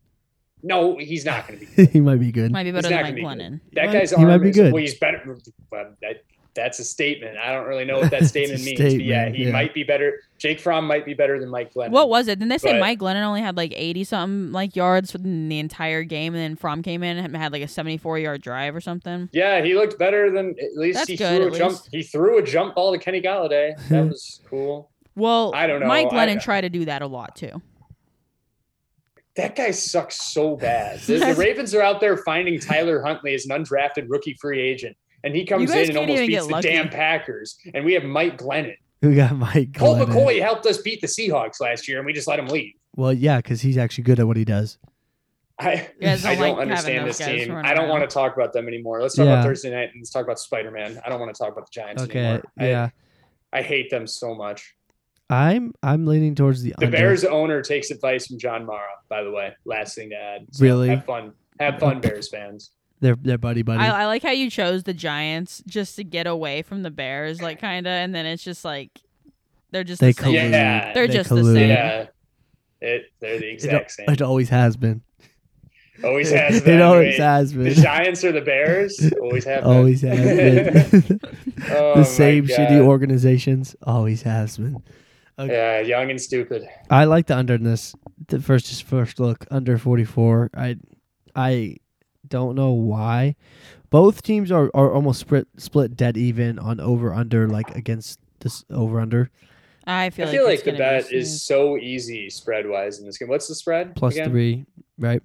No, he's not going to be. [SIGHS] he might be good. might be better than He's not mike gonna be glennon That might- guy's he arm might be is- good. Well, he's better. Well, that, that's a statement. I don't really know what [LAUGHS] that That's a statement means. but statement, yeah, he yeah. might be better. Jake Fromm might be better than Mike Glennon. what was it didn't they say But- mike glennon only had like 80 something like yards for the entire game and then from came in and had like a 74 yard drive or something Yeah, he looked better than at least That's he good, threw a at jump. least. He threw a jump ball to Kenny Galladay. [LAUGHS] That was cool. well I don't know. mike I- glennon tried to do that a lot too That guy sucks so bad. [LAUGHS] The, the Ravens are out there finding Tyler Huntley as an undrafted rookie free agent, and he comes guys in and can't almost even beats get the lucky. damn Packers. And we have Mike Glennon. [LAUGHS] We got Mike. Colt Glennon. McCoy helped us beat the Seahawks last year, and we just let him leave. Well, yeah, because he's actually good at what he does. I, [LAUGHS] You guys I don't like don't having understand those this guys team. running I don't around. want to talk about them anymore. Let's talk Yeah. about Thursday night and let's talk about Spider Man. I don't want to talk about the Giants Okay. anymore. I- Yeah. I hate them so much. I'm I'm leaning towards the, The under. Bears owner takes advice from John Mara, by the way. Last thing to add. Really? Have fun. Have fun, Bears fans. They're they're buddy buddy. I, I like how you chose the Giants just to get away from the Bears, like kind of, and then it's just like they're just they the same. collude. Yeah. They're They just the collude. same. Yeah. It, they're the exact same. It always has been. [LAUGHS] Always has it been. always I mean, has The been. Giants or the Bears always have. been. Always has [LAUGHS] been. [LAUGHS] Oh, my the same shitty God. organizations always has been. Yeah, young and stupid. I like the under in this. The first just first look under 44. I I don't know why. Both teams are, are almost split split dead even on over under like against this over under I feel I feel like, like the bet is so easy spread wise in this game. What's the spread? plus again? 3, right?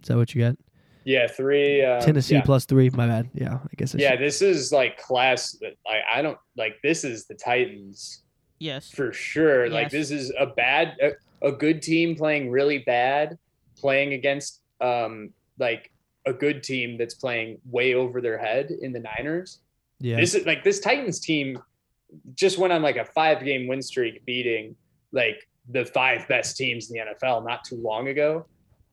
Is that what you got? Yeah, three. Um, Tennessee yeah. plus 3, my bad. Yeah, I guess I Yeah, should- this is like class. I, I don't like this is the Titans yes. for sure. Like Yes. this is a bad, a, a good team playing really bad, playing against um like a good team that's playing way over their head in the Niners. yeah. This is like this Titans team just went on like a five game win streak, beating like the five best teams in the NFL not too long ago.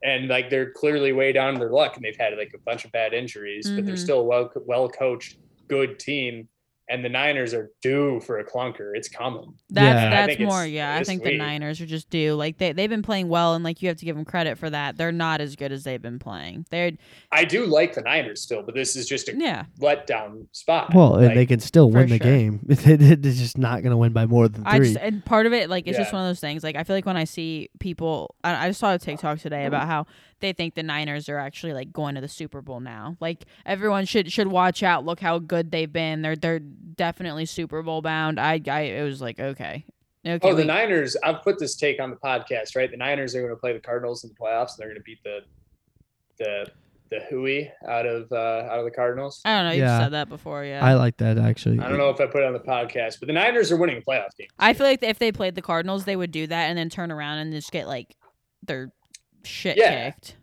And like they're clearly way down on their luck, and they've had like a bunch of bad injuries, but they're Mhm. still well well coached, good team. And the Niners are due for a clunker. It's coming. That's Yeah. I that's think it's more. Yeah, I this think the week. Niners are just due. Like they they've been playing well, and like you have to give them credit for that. They're not as good as they've been playing. They're I do like the Niners still, but this is just a yeah. letdown spot. Well, and Like, they can still For win the sure. game. [LAUGHS] They- They're just not going to win by more than three. I just and part of it like it's Yeah. just one of those things. Like I feel like when I see people, I, I saw a TikTok today about how they think the Niners are actually like going to the Super Bowl now. Like everyone should should watch out. Look how good they've been. They're they're definitely Super Bowl bound. I I it was like okay, okay. oh, the we- Niners. I've put this take on the podcast, right? The Niners are going to play the Cardinals in the playoffs, and they're going to beat the the the hooey out of uh, out of the Cardinals. I don't know. You Yeah. have said that before. Yeah. I like that actually. I don't know if I put it on the podcast, but the Niners are winning a playoff game. I feel like if they played the Cardinals, they would do that and then turn around and just get like their shit Yeah. kicked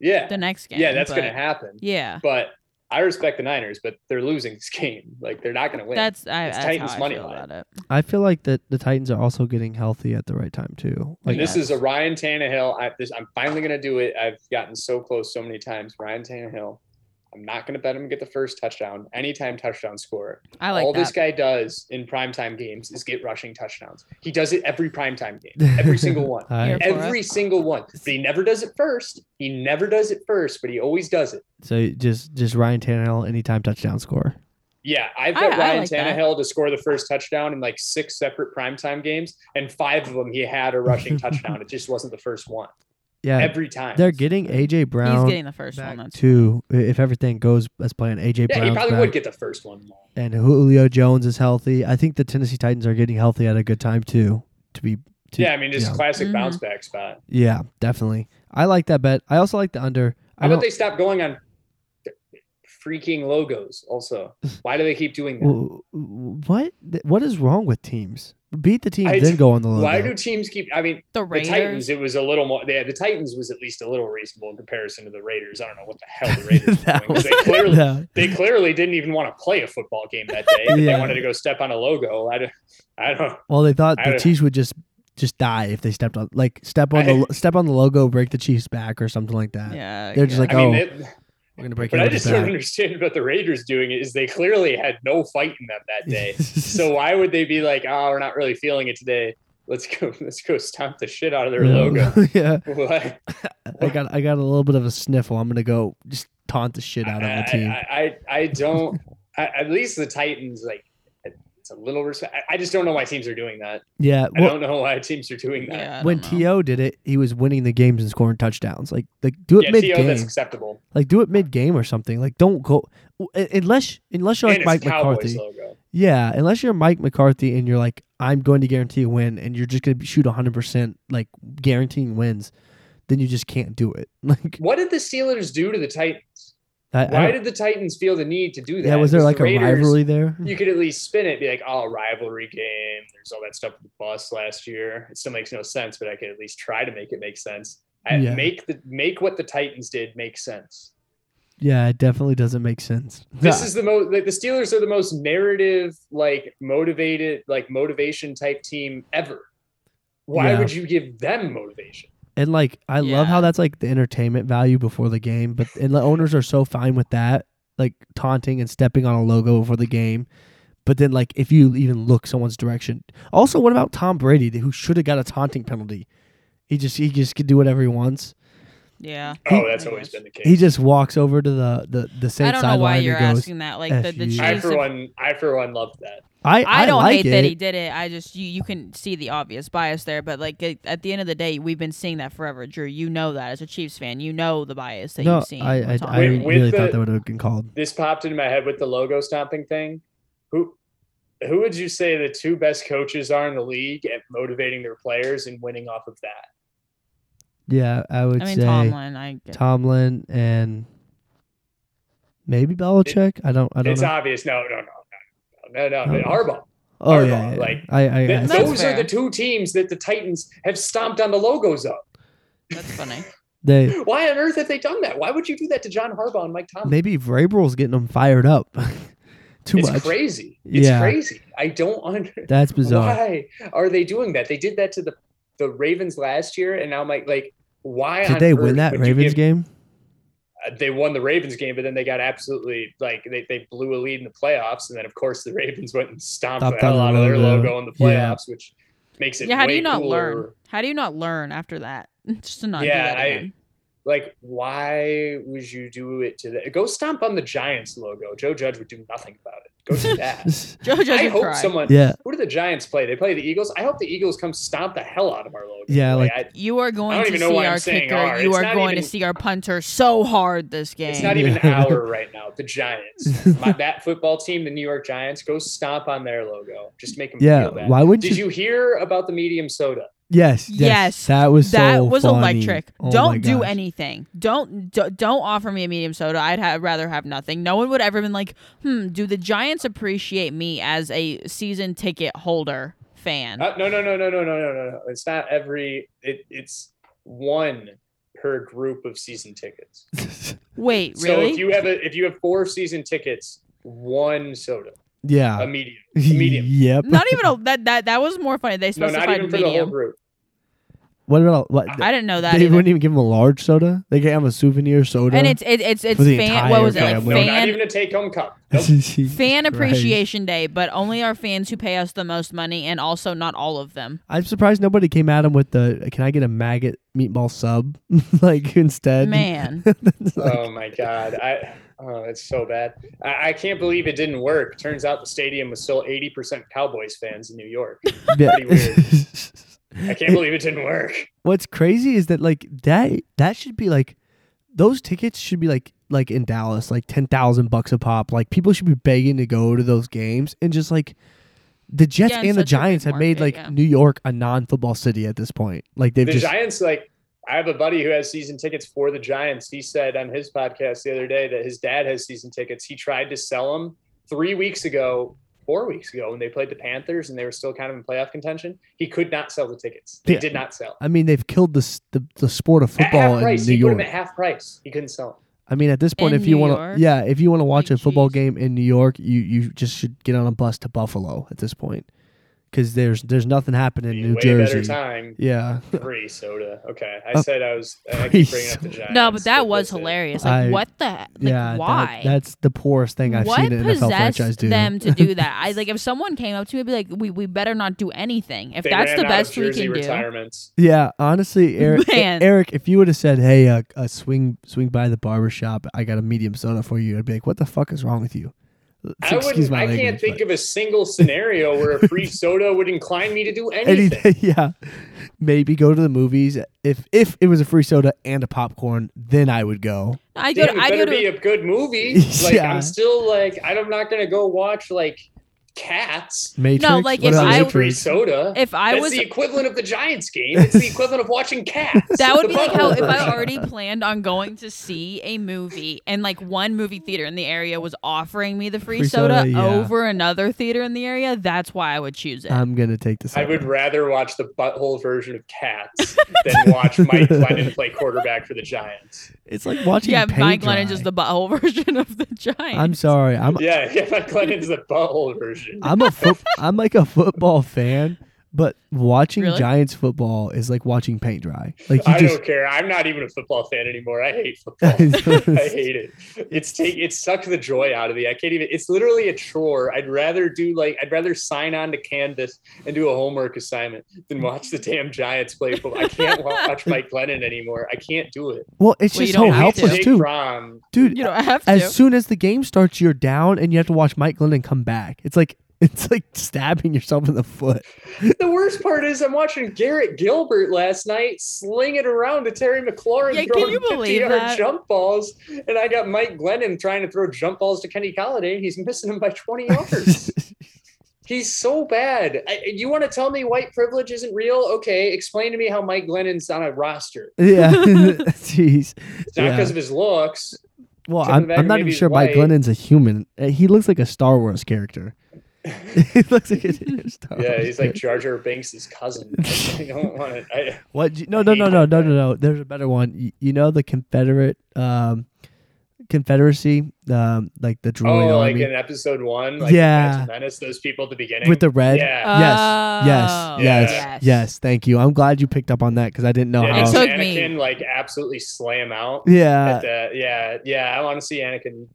Yeah, the next game. yeah, that's but- going to happen. Yeah, But I respect the Niners, but they're losing this [LAUGHS] game. Like they're not going to win. that's I, It's that's Titans how I money feel line. about it. I feel like that the Titans are also getting healthy at the right time too. Like and this is a Ryan Tannehill. I, this, I'm finally going to do it. I've gotten so close so many times. Ryan Tannehill. I'm not going to bet him to get the first touchdown. Anytime touchdown scorer. I like All that. this guy does in primetime games is get rushing touchdowns. He does it every primetime [LAUGHS] game, [LAUGHS] every single one. All right. Here. for Every single one. But he never does it first. He never does it first, but he always does it. So just just Ryan Tannehill anytime touchdown score. Yeah, I've I- got I Ryan like that. Tannehill to score the first touchdown in like six separate primetime games, and five of them he had [LAUGHS] a rushing touchdown. It just wasn't the first one Yeah, every time. they're getting AJ Brown He's getting the first back one. That's too. If everything goes as planned, AJ yeah, Brown he probably would get the first one. and Julio Jones is healthy. I think the Tennessee Titans are getting healthy at a good time too. To be Two- yeah, I mean, just yeah. classic Mhm. bounce back spot. Yeah, definitely. I like that bet. I also like the under. How I about don't. they stop going on freaking logos? Also, why do they keep doing that? w- w- what th- What is wrong with teams? Beat the teams, I- then go on the logo. Why do teams keep? I mean, The the Raiders. Titans. It was a little more. Yeah, the Titans was at least a little reasonable in comparison to the Raiders. I don't know what the [LAUGHS] hell the Raiders were doing. 'cause They clearly, No. they clearly didn't even want to play a football game that day. but Yeah. They wanted to go step on a logo. I don't. I don't. Well, they thought I the don't- Chiefs would just just die if they stepped on like step on the I- lo- step on the logo, break the Chiefs back or something like that. yeah, They're just yeah. like, I oh, mean, it, we're gonna break but I everybody's just don't back. understand what the Raiders doing is they clearly had no fight in them that [LAUGHS] day. so why would they be like, oh, we're not really feeling it today? Let's go. [LAUGHS] Let's go stomp the shit out of their yeah. logo. [LAUGHS] [LAUGHS] yeah, What? I got I got a little bit of a sniffle. I'm gonna go just taunt the shit out of I, the team. I, I, I don't. I, at least the Titans, like, it's a little respect. I, I just don't know why teams are doing that. yeah, I well, don't know why teams are doing that. Yeah, I when don't know. To did it, he was winning the games and scoring touchdowns. Like like do it Yeah, mid TO, that's game. acceptable. Like do it mid game or something. Like don't go u- unless unless you're And like it's Mike Cowboys McCarthy. logo. Yeah, unless you're Mike McCarthy and you're like, I'm going to guarantee a win, and you're just going to shoot 100 percent, like guaranteeing wins, then you just can't do it. [LAUGHS] Like, What did the Steelers do to the Titans? I, I Why don't- did the Titans feel the need to do that? yeah, was there Because like the a Raiders- rivalry there? You could at least spin it, be like, "Oh, rivalry game." There's all that stuff with the bus last year. It still makes no sense, but I could at least try to make it make sense. I, Yeah. Make the make what the Titans did make sense. Yeah, it definitely doesn't make sense. [LAUGHS] This Yeah. is the most like the Steelers are the most narrative, like motivated, like motivation type team ever. Why Yeah. would you give them motivation? [LAUGHS] and like I love how Yeah. that's like the entertainment value before the game, but and the owners are so fine with that, like taunting and stepping on a logo before the game. But then, like, if you even look someone's direction, also, what about Tom Brady, who should have got a taunting penalty? He just he just could do whatever he wants. yeah. He- oh, that's I always guess. been the He case. just walks over to the the the I Saints don't know sideline why and you're goes. asking that. Like the, the "F you." Chiefs. I if- for one, I for one loved that. I I, don't like hate it. that he did it. I just you you can see the obvious bias there, but like at- at the end of the day, we've been seeing that forever, Drew. You know that as a Chiefs fan, you know the bias that no, you've seen. I I, with Tom I Brady. Wait, wait. really With thought the- that would have been called. This popped into my head with the logo stomping thing. Who who would you say the two best coaches are in the league at motivating their players and winning off of that? Yeah, I would I mean say Tomlin. Tomlin. I get- and maybe Belichick. I don't. I don't It's know. obvious. No, no, no, no, no, no. No. But Harbaugh. oh yeah, yeah, Harbaugh, yeah. like, I I, Th- I That's those fair. are the two teams that the Titans have stomped on the logos of. that's [LAUGHS] funny. they Why on earth have they done that? Why would you do that to John Harbaugh and Mike Tomlin? maybe Vrabel's getting them fired up. [LAUGHS] Too it's much. crazy. It's Yeah. uh, crazy. I don't understand. That's bizarre. Why are they doing that? They did that to the the Ravens last year, and now Mike, like, why Did on they earth win that would you Ravens give- game? uh, They won the Ravens game, but then they got absolutely like they, they blew a lead in the playoffs, and then of course the Ravens went and stomped the Stomped on hell the out of their logo. logo in the Yeah. playoffs, which makes it Yeah, how do way you not learn? cooler. How do you not learn after that? [LAUGHS] Just to not Yeah, do that I- again. [LAUGHS] like why would you do it to the go stomp on the Giants logo? Joe Judge would do nothing about it. [LAUGHS] Go do that. Joe Judge I would hope cry. someone [LAUGHS] yeah, who do the Giants play? They play the Eagles. I hope the Eagles come stomp the hell out of our logo. Yeah, I, You are going don't to even know see why I'm our saying kicker. are. You It's are not going even- to see our punter so hard this game. it's not even Yeah. our right now. The Giants, [LAUGHS] My, that football team, the New York Giants, go stomp on their logo. Just make them yeah. feel that. Why wouldn't Did you hear about the medium soda? Yes, yes, Yes, That was so that was funny. electric. Oh my don't do gosh. anything. Don't d- don't offer me a medium soda. I'd ha- rather have nothing. No one would ever been like, hmm. Do the Giants appreciate me as a season ticket holder fan? Uh, no, no, no, no, no, no, no, no, no. It's not every. It, it's one per group of season tickets. Wait, So really? if you have a if you have four season tickets, one soda, [LAUGHS] a yeah. medium, medium. [LAUGHS] Yep. not even a, that that that was more funny. They No, not specified even for the whole medium. group. What about what? I didn't know that. they either. wouldn't even give him a large soda. They gave him a souvenir soda. [LAUGHS] And it's it, it's it's For the fan. entire What was it? Like family. No, not fan even a take home cup. Nope. it's [LAUGHS] fan appreciation day, but only our fans who pay us the most money, and also not all of them. I'm surprised nobody came at him with the "Can I get a maggot meatball sub?" [LAUGHS] like instead. Man, [LAUGHS] It's like, oh my god, I oh that's so bad. I, I can't believe it didn't work. Turns out the stadium was still eighty percent Cowboys fans in New York. yeah. pretty I can't believe it didn't work. [LAUGHS] What's crazy is that like that that should be like those tickets should be like like in Dallas like ten thousand bucks a pop. Like people should be begging to go to those games and just like The Jets Yeah, in and such a the big Giants have made market, like yeah. New York a non-football city at this point. Like they've the just Giants, like I have a buddy who has season tickets for the Giants. He said on his podcast the other day that his dad has season tickets. He tried to sell them three weeks ago, four weeks ago, when they played the Panthers and they were still kind of in playoff contention. He could not sell the tickets. They Yeah. did not sell. I mean, they've killed the s- the, the sport of At half football in price, New he put York. them at half price. He couldn't sell. 'em. I mean, at this point, In if you New want York? to, yeah, if you want to watch a Like, football jeez. game in New York, you you just should get on a bus to Buffalo at this point, because there's there's nothing happening in Be a New way better Jersey. time. Yeah, Free soda. Okay, I Uh, said I was. I free keep bringing up the Giants. No, but that was that's it. hilarious. I- Like, what the? Like, yeah. that- why? that's the poorest thing I've what seen an NFL possessed franchise do. them to do that? I [LAUGHS] like if someone came up to me, I'd be like, "We we better not do anything. If They that's ran the out of best we Jersey can do." retirements. yeah, [LAUGHS] honestly, Eric, E, Man. Eric, if you would have said, "Hey, uh, uh, swing swing by the barber shop, I got a medium soda for you," I'd be like, "What the fuck is wrong with you?" I Excuse wouldn't. my I can't language, think but- of a single scenario where a free soda would incline me to do anything. anything. [LAUGHS] yeah. Maybe go to the movies. If if it was a free soda and a popcorn, then I would go. I go. Dude, To, it I better go be to. a good movie. Like Yeah. I'm still like I'm not gonna go watch like Cats. Matrix. like, What if about I- with a Matrix? free soda. If I That's was, the equivalent of the Giants game. It's the equivalent of watching Cats. [LAUGHS] that would The be like how Buffalo if I [LAUGHS] version. already planned on going to see a movie and like one movie theater in the area was offering me the free, Free soda, soda, yeah. over another theater in the area, that's why I would choose it. I'm gonna take this. I would rather watch the butthole version [LAUGHS] of Cats than watch Mike Glennon play quarterback for the Giants. It's like watching. yeah, paint Mike Lennon dry. is the butthole [LAUGHS] version of the Giants. I'm sorry. I'm Yeah, [LAUGHS] yeah, Mike Glennon's the butthole version. I'm a [LAUGHS] foot, I'm like a football fan, but watching Really? Giants football is like watching paint dry. Like you I just. don't care. I'm not even a football fan anymore. I hate [LAUGHS] football. [LAUGHS] I hate it. It's take it sucked the joy out of me. I can't even. It's literally a chore. I'd rather do like I'd rather sign on to Canvas and do a homework assignment than watch the damn Giants play football. I can't wa- [LAUGHS] watch Mike Glennon anymore. I can't do it. well, it's Well, you just don't so have Oh, helpless to. Jake too, Fromm, dude. you don't have to. as soon as the game starts, you're down, and you have to watch Mike Glennon come back. It's like [LAUGHS] it's like stabbing yourself in the foot. The worst part is I'm watching Garrett Gilbert last night sling it around to Terry McLaurin Yeah, can throwing you 50 believe yard that? jump balls, and I got Mike Glennon trying to throw jump balls to Kenny Galladay. He's [LAUGHS] missing them by 20 yards. He's so bad. I, you want to tell me white privilege isn't real? Okay, explain to me how Mike Glennon's on a roster. [LAUGHS] [LAUGHS] Yeah, jeez. It's not Yeah. because of his looks. Well, Except for I'm, that I'm not maybe even he's sure Mike white. Glennon's a human. Uh, He looks like a Star Wars character. [LAUGHS] he looks like a damn Star Yeah, Wars he's like character. Jar Jar Banks' cousin. [LAUGHS] I don't want it. I, what? do you- No, I no, hate no, no, that no, no, guy. no. There's a better one. You, you know the Confederate um, Confederacy, um, like the droid oh, like army in episode one, like Yeah. yeah, Menace, those people at the beginning with the red. Yeah. Yes, Oh. yes, yes, Yes. yes, Thank you. I'm glad you picked up on that because I didn't know Yeah, It how. did took Anakin me- like absolutely slam out. [LAUGHS] yeah. at the, yeah, yeah. I want to [LAUGHS] see Anakin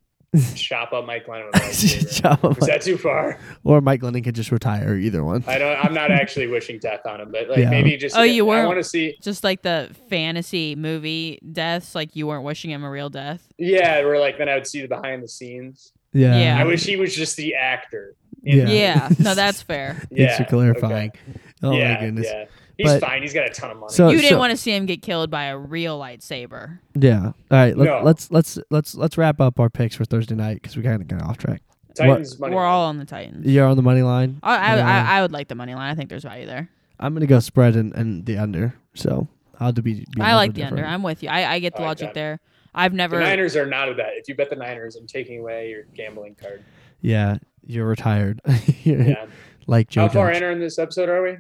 chop up Mike Lennon. with a lightsaber. Shout out [LAUGHS] Is Mike- that too far? or Mike Glennon could just retire. Either one. I don't. I'm not actually wishing death on him, but like Yeah. maybe just. Oh, you I were? want to see. just like the fantasy movie deaths, like you weren't wishing him a real death. Yeah, where like then I would see the behind the scenes. Yeah. Yeah. I wish he was just the actor. Yeah. Yeah, no, [LAUGHS] that's fair. Thanks Yeah, for clarifying. okay. Oh yeah, my goodness. yeah. He's But- fine. He's got a ton of money. So- you didn't so- want to see him get killed by a real lightsaber. Yeah. All right. Let, No. Let's let's let's let's wrap up our picks for Thursday night because we kind of got off track. Titans money. We're all on the Titans. You're on the money line. Oh, I, I, Yeah. I, I would like the money line. I think there's value there. I'm gonna go spread and, and the under. So how to be? be I a like the little under. different. I'm with you. I, I get the I like logic that. there. I've the never. Niners are not of that. If you bet the Niners, I'm taking away your gambling [LAUGHS] card. Yeah. You're retired. [LAUGHS] You're- Yeah. Like Joe. How far Judge. in are in this episode are we?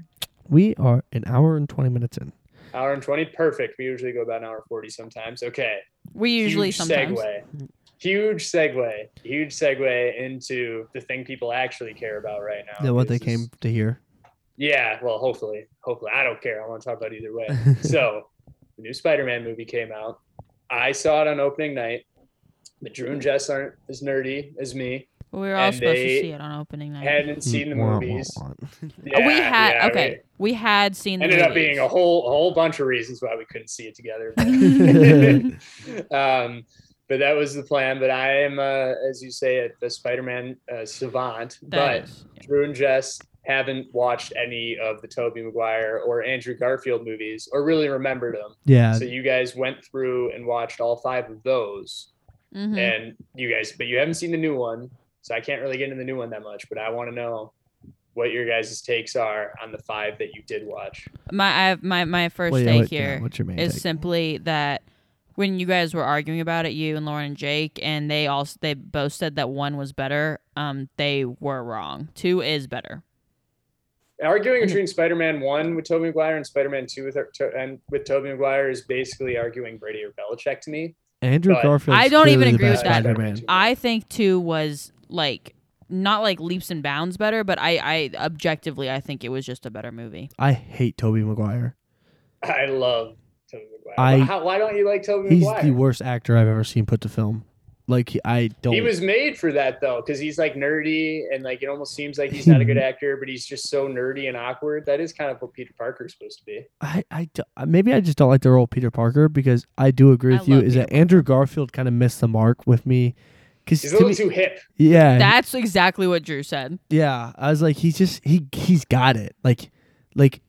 We are an hour and twenty minutes in. Hour and 20. Perfect. We usually go about an hour 40 sometimes. Okay. we usually huge sometimes. Segue. Huge segue. Huge segue into the thing people actually care about right now. Yeah, what Oh, This they is- came to hear. Yeah. Well, hopefully. Hopefully. I don't care. I want to talk about [LAUGHS] either way. so, the new Spider Man movie came out. I saw it on opening night. But Drew and Jess aren't as nerdy as me. We were all And supposed to they see it on opening night. Hadn't seen the Hmm. Wah, wah, movies. wah. Oh, we Yeah, had yeah, okay. we- We had seen the ended movies. up being a whole a whole bunch of reasons why we couldn't see it together. [LAUGHS] but- [LAUGHS] um, but that was the plan. But I am, uh, as you say, a, a Spider-Man uh, savant. That [LAUGHS] but is- Drew and Jess haven't watched any of the Tobey Maguire or Andrew Garfield movies, or really remembered them. Yeah. so you guys went through and watched all five of those, Mhm. and you guys, but you haven't seen the new one, so I can't really get into the new one that much. But I want to know what your guys' takes are on the five that you did watch. My I have, my my first Well, yeah, take what- yeah, here what's your main is take? simply that when you guys were arguing about it, you and Lauren and Jake, and they also they both said that one was better. Um, they were wrong. Two is better. Mm-hmm. Arguing between Spider-Man One with Tobey Maguire and Spider-Man Two with to- and with Tobey Maguire is basically arguing Brady or Belichick to me. Uh, Andrew But- Garfield. I don't even agree with that. Spider-Man. I think two was like not like leaps and bounds better, but I I objectively I think it was just a better movie. I hate Toby Maguire. I love Tobey Maguire. I- How, why don't you like Tobey He's Maguire? the worst actor I've ever seen put to film. Like he- I don't. He was made for that though, because he's like nerdy and like it almost seems like he's not a good Mm-hmm. actor, but he's just so nerdy and awkward. That is kind of what Peter Parker's supposed to be. I, I do- maybe I just don't like the role of Peter Parker because I do agree I with you. love Is that Andrew Garfield kind of missed the mark with me? Because He's a little too hip. yeah, That's exactly what Drew said. yeah, I was like, he's just he he's got it. Like, like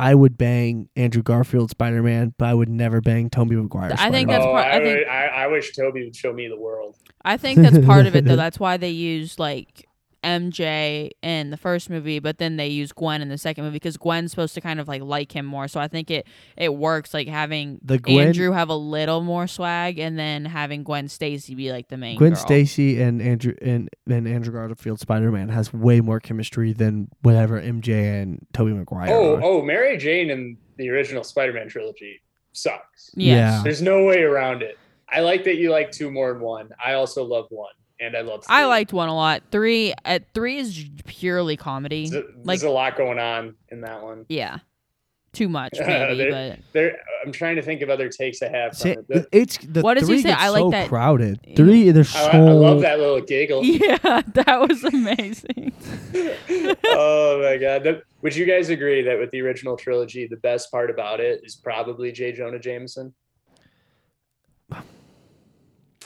I would bang Andrew Garfield Spider Man, but I would never bang Tobey Maguire. I think Spider-Man. that's oh, part- I, I think- would- I, I wish Toby would show me the world. I think that's part of it [LAUGHS] though. That's why they used like MJ in the first movie, but then they use Gwen in the second movie because Gwen's supposed to kind of like like him more. So I think it it works like having The Gwen- Andrew have a little more swag and then having Gwen Stacy be like the main Gwen girl. Stacy and Andrew and, and Andrew Garfield Spider Man has way more chemistry than whatever MJ and Tobey Maguire. Oh, are. oh, Mary Jane in the original Spider-Man trilogy sucks. Yes. There's no way around it. I like that you like two more than one. I also love one, and I love. I three. liked one a lot. Three at three is j- purely comedy. There's a, like- there's a lot going on in that one. Yeah. Too [LAUGHS] much maybe, There- but There, I'm trying to think of other takes I have. From See, it. The- it's the What does he three say? gets I like so that- crowded. Three, there's so I, I love that little [LAUGHS] [LAUGHS] giggle. yeah, that was [LAUGHS] amazing. oh my god! The- would you guys agree that with the original trilogy, the best part about it is probably J. Jonah Jameson,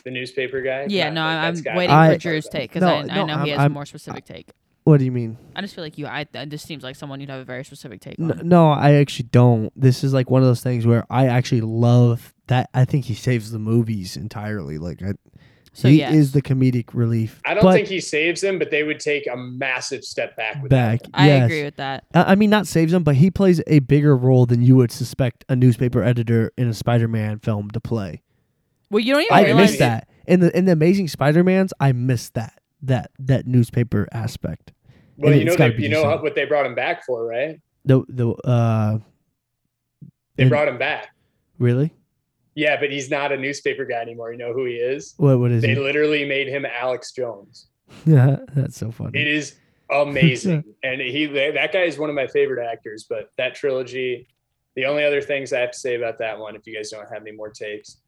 the newspaper guy? Yeah, Not no, like I'm that's gotta be waiting the I- for best Drew's part about it. take because No, I, I no, know he I'm- has a I'm- more specific take. What do you mean? I just feel like you. I, I this seems like someone you'd have a very specific take on. No, no, I actually don't. This is like one of those things where I actually love that. I think he saves the movies entirely. Like I, so he yeah, is the comedic relief. I don't but think he saves them, but they would take a massive step back. With back. I yes. agree with that. I I mean, not saves him, but he plays a bigger role than you would suspect a newspaper editor in a Spider-Man film to play. Well, you don't even I realize missed that in the in the Amazing Spider-Man's. I missed that that that newspaper aspect. Well, And you it's know, gotta they, be you know decent. what they brought him back for, right? The the uh They And- brought him back. really Yeah, but he's not a newspaper guy anymore. You know who he is? what what is They it? literally made him Alex Jones. Yeah, [LAUGHS] that's so funny. It is [LAUGHS] amazing, and he that guy is one of my favorite actors. But that trilogy, the only other things I have to say about that one, if you guys don't have any more tapes,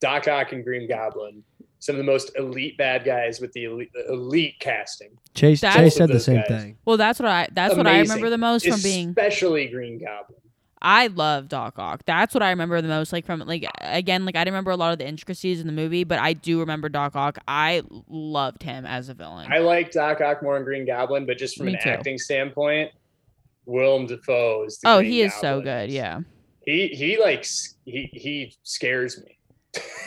Doc Ock and Green Goblin, some of the most elite bad guys with the elite, elite casting, Chase That's- Chase said the Those same guys. thing. Well, that's what I. That's what I Amazing. remember the most from being. especially Green Goblin. I love Doc Ock. That's what I remember the most. Like from like again, like I remember a lot of the intricacies in the movie, but I do remember Doc Ock. I loved him as a villain. I like Doc Ock more and Green Goblin, but just from Me an too. acting standpoint, Willem Dafoe is. The oh, Green he is so Goblin. good. Yeah. he he likes he he scares me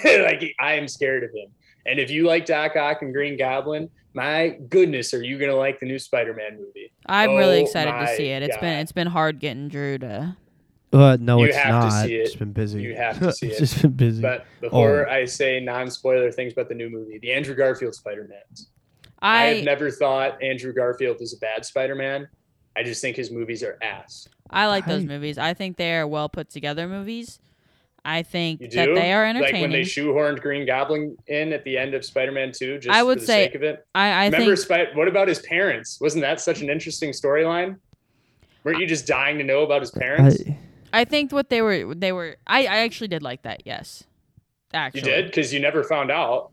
[LAUGHS] like i am scared of him and if you like doc ock and green goblin my goodness are you gonna like the new spider-man movie I'm really Oh excited to my see it. It's been God. it's been hard getting Drew to. Uh, no, You it's have to not. see it. has been busy. You [LAUGHS] have to see it's it. just been busy. but before i say non-spoiler things about the new movie the andrew garfield spider-man i I have never thought andrew garfield was a bad spider-man i just think his movies are ass I like those I- movies. I think they are well put together movies. I think you do that they are entertaining. like when they shoehorned green goblin in at the end of spider-man 2 just I would for the say- sake of it I, I Remember, think Spi- what about his parents? Wasn't that such an interesting storyline? Weren't you just dying to know about his I, parents? I think what they were they were I, I actually did like that. Yes, you actually, did because you never found out.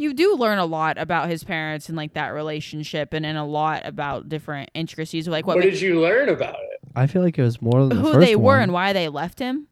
You do learn a lot about his parents and like that relationship, and and a lot about different intricacies, like What, what, made- did you learn about it? I feel like it was more than the who first they were one. and why they left him.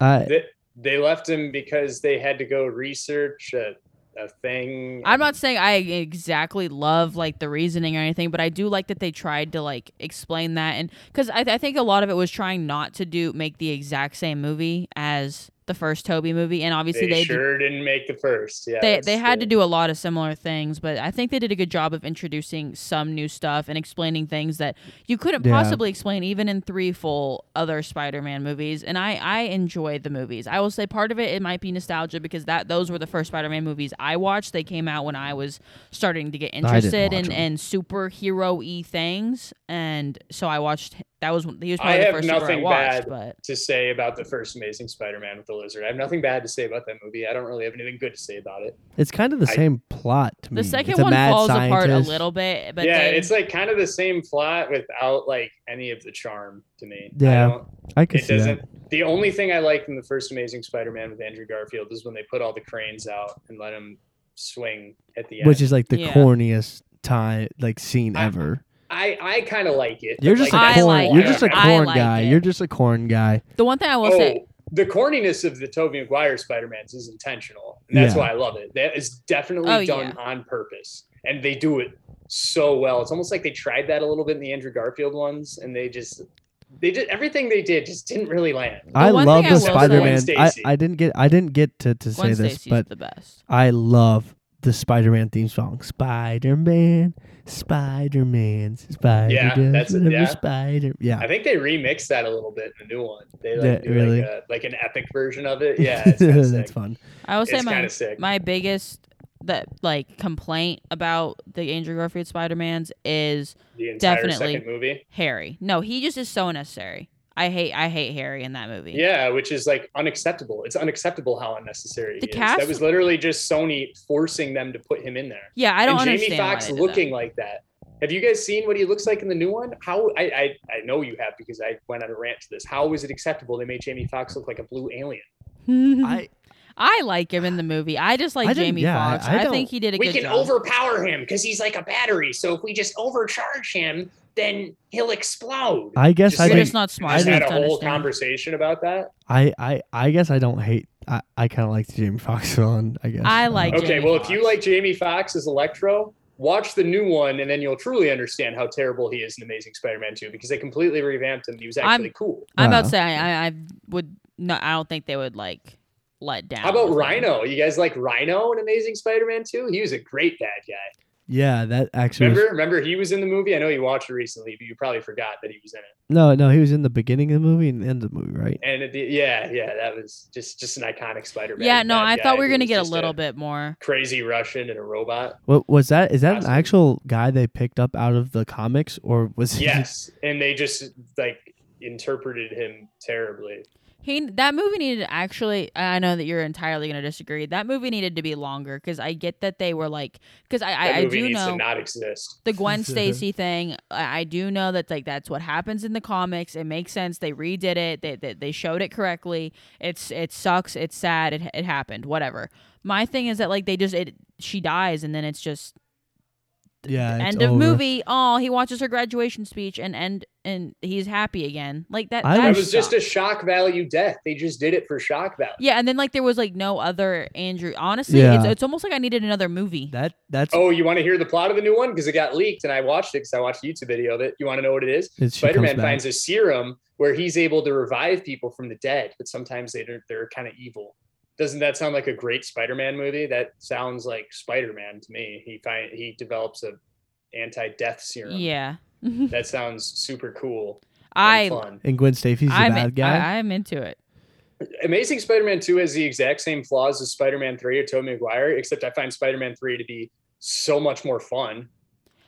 I, They, they left him because they had to go research a, a thing. I'm not saying I exactly love like the reasoning or anything, but I do like that they tried to like explain that, and because I, I think a lot of it was trying not to do make the exact same movie as the first Toby movie, and obviously they they d- sure didn't make the first. Yeah, they that's they had the- to do a lot of similar things, but I think they did a good job of introducing some new stuff and explaining things that you couldn't Yeah. possibly explain even in three full other Spider-Man movies. And I I enjoyed the movies. I will say part of it it might be nostalgia because that those were the first Spider-Man movies I watched. They came out when I was starting to get didn't interested watch in them. and superhero y things, and so I watched. That was he was I probably the have first superhero I nothing watched, bad but. to say about the first Amazing Spider-Man with the lizard. I have nothing bad to say about that movie. I don't really have anything good to say about it. It's kind of the I- same plot to me. The second Hmm, It's a one mad falls apart a scientist. little bit, but yeah, then, it's like kind of the same plot without like any of the charm to me. I Yeah, don't- I can it see doesn't. that. The only thing I liked in the first Amazing Spider-Man with Andrew Garfield is when they put all the cranes out and let him swing at the end. Which is like the Yeah. corniest time like scene I- ever. I I kind of like it. You're but, just like, a I that's corn. like you're it. just a I corn like guy. it. You're just a corn guy. the one thing I will oh, say, the corniness of the Toby Maguire Spider-Mans is intentional. And that's Yeah. why I love it. That is definitely Oh, done on purpose. And they do it so well. It's almost like they tried that a little bit in the Andrew Garfield ones and they just they did everything they did just didn't really land. I one love thing I the will Spider-Man. say- I, Stacy. I didn't get I didn't get to, to say Gwen this, Stacy's but the best. I love the Spider-Man theme song. Spider-Man, Spider-Man, Spider. that's it, yeah. Spider. Yeah, I think they remixed that a little bit in the new one. They like, Yeah, do, like, really? a- like an epic version [LAUGHS] of it. Yeah, it's kind of sick. that's fun. I will say It's kind my of sick. my biggest that like complaint about the Andrew Garfield Spider Mans is the entire definitely. second movie. Harry. No, he just is so unnecessary. I hate I hate Harry in that movie. Yeah, which is like unacceptable. It's unacceptable how unnecessary The he is. cast- That was literally just Sony forcing them to put him in there. Yeah, I don't and understand. Jamie why Foxx they did that. [LAUGHS] looking like that. Have you guys seen what he looks like in the new one? How I, I I know you have because I went on a rant to this. How is it acceptable they made Jamie Foxx look like a blue alien? I like him in the movie. I just like I didn't- Jamie yeah, I- Foxx. I I, don't- think he did a We good can job. overpower him because he's like a battery. So if we just overcharge him, then he'll explode. I guess Just I They're just didn't- didn't. not I smart just enough had to a whole understand. conversation about that. I, I I guess I don't hate. I, I kind of like the Jamie Foxx villain. I guess I like Okay, Jamie well, Foxx. if you like Jamie Foxx as Electro, watch the new one, and then you'll truly understand how terrible he is in Amazing Spider-Man 2 because they completely revamped him. He was actually cool. I'm about Uh. to say I, I, I would not. I don't think they would like let down. How about with him. Rhino? You guys like Rhino in Amazing Spider-Man 2? He was a great bad guy. Yeah, that actually. was- Remember, remember he was in the movie. I know you watched it recently, but you probably forgot that he was in it. no, no, he was in the beginning of the movie and the end of the movie, right? And at the, yeah, yeah, that was just just an iconic Spider-Man. Yeah, no, bad I guy thought we were who gonna was get a just little bit more. crazy Russian and [LAUGHS] a robot. What was that? Is that an Absolutely. actual guy they picked up out of the comics, or was he just- Yes, and they just like interpreted him terribly. He that movie needed actually. I know that you're entirely going to disagree. That movie needed to be longer because I get that they were like because I That I, I movie do needs know to not exist. the [LAUGHS] Gwen Stacy thing. I, I do know that like that's what happens in the comics. It makes sense. They redid it. They they, they showed it correctly. It's it sucks. It's sad. It it happened. Whatever. My thing is that like they just it she dies and then it's just Yeah, it's end of over. movie. Oh, he watches her graduation speech and end and he's happy again. Like that. I that It That was just sucks. a shock value death. They just did it for shock value. Yeah, and then like there was like no other Andrew. Honestly, it's, Yeah. it's almost like I needed another movie. That that's Oh, you want to hear the plot of the new one? Because it got leaked and I watched it because I watched a YouTube video of it. You want to know what it is? it's Spider Man finds a serum where he's able to revive people from the dead, but sometimes they don't- they're kind of evil. Doesn't that sound like a great Spider Man movie? That sounds like Spider Man to me. He find he develops a anti death serum. yeah, That sounds super cool. I and fun. and Gwen Stacy's the I'm bad guy. I, I'm into it. Amazing Spider-Man 2 has the exact same flaws as Spider-Man 3 or Tobey Maguire, except I find Spider-Man 3 to be so much more fun.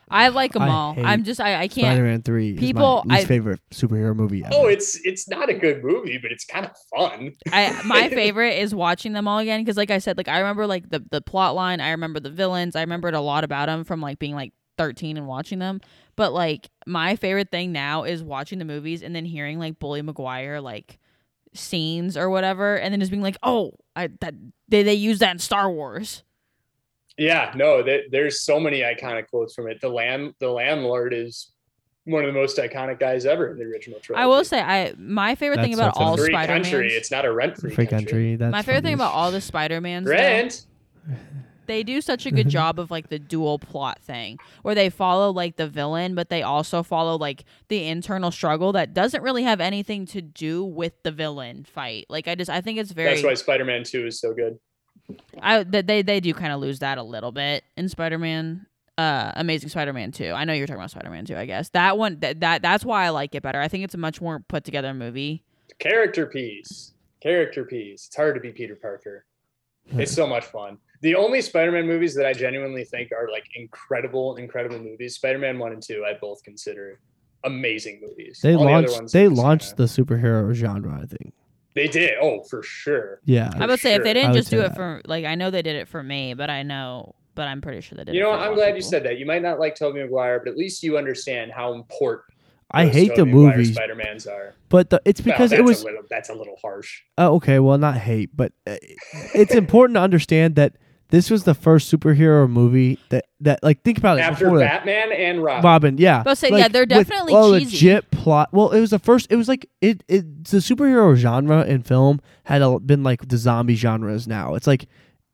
I like them I all. hate I'm just I, I can't. Spider-Man Three People- is my least I- favorite superhero movie. Ever. Oh, it's it's not a good movie, but it's kind of fun. I [LAUGHS] my favorite is watching them all again because like I said, like I remember like the the plot line. I remember the villains. I remembered a lot about them from like being like 13 and watching them. But like my favorite thing now is watching the movies and then hearing like Bully McGuire like scenes or whatever, and then just being like, oh, I that they they use that in Star Wars. Yeah, no, there, there's so many iconic quotes from it. The land the landlord is one of the most iconic guys ever in the original trilogy. I will say, I my favorite thing That's about so funny. all free Spider country. Man. It's not a rent free free country. country. That's My favorite funny. thing about all the Spider Mans. Rent. they do [LAUGHS] such a good job of like the dual plot thing where they follow like the villain but they also follow like the internal struggle that doesn't really have anything to do with the villain fight like i just i think it's very That's why Spider-Man Two is so good. I th- they they do kind of lose that a little bit in Spider Man, uh, Amazing Spider Man two. I know you're talking about Spider Man two. I guess that one that that that's why I like it better. I think it's a much more put together movie. Character piece, character piece. It's hard to be Peter Parker. Hmm. It's so much fun. The only Spider-Man movies that I genuinely think are like incredible, incredible movies. Spider-Man One and Two, I both consider amazing movies. They All the other launched. ones They are just launched kinda- the superhero genre. I think. They did. Oh, for sure. Yeah. I would say if sure. they I didn't would just do say it that. for like I know they did it for me, but I know but I'm pretty sure they did. You it know, for a lot I'm of glad you people. said that. You might not like Tobey Maguire, but at least you understand how important. I those hate the Tobey Maguire movies, Spider-Man's are but the, it's Well, because it that's was a little, that's a little harsh. Oh, okay. Well, not hate, but uh, it's important to understand that this was the first superhero movie that that like think about it After Oh, before that. Batman and Robin, Robin, yeah, But say, yeah, Like, they're with definitely a cheesy. legit plot. Well, it was the first. It was like it. It the superhero genre in film had a, been like the zombie genre is now. It's like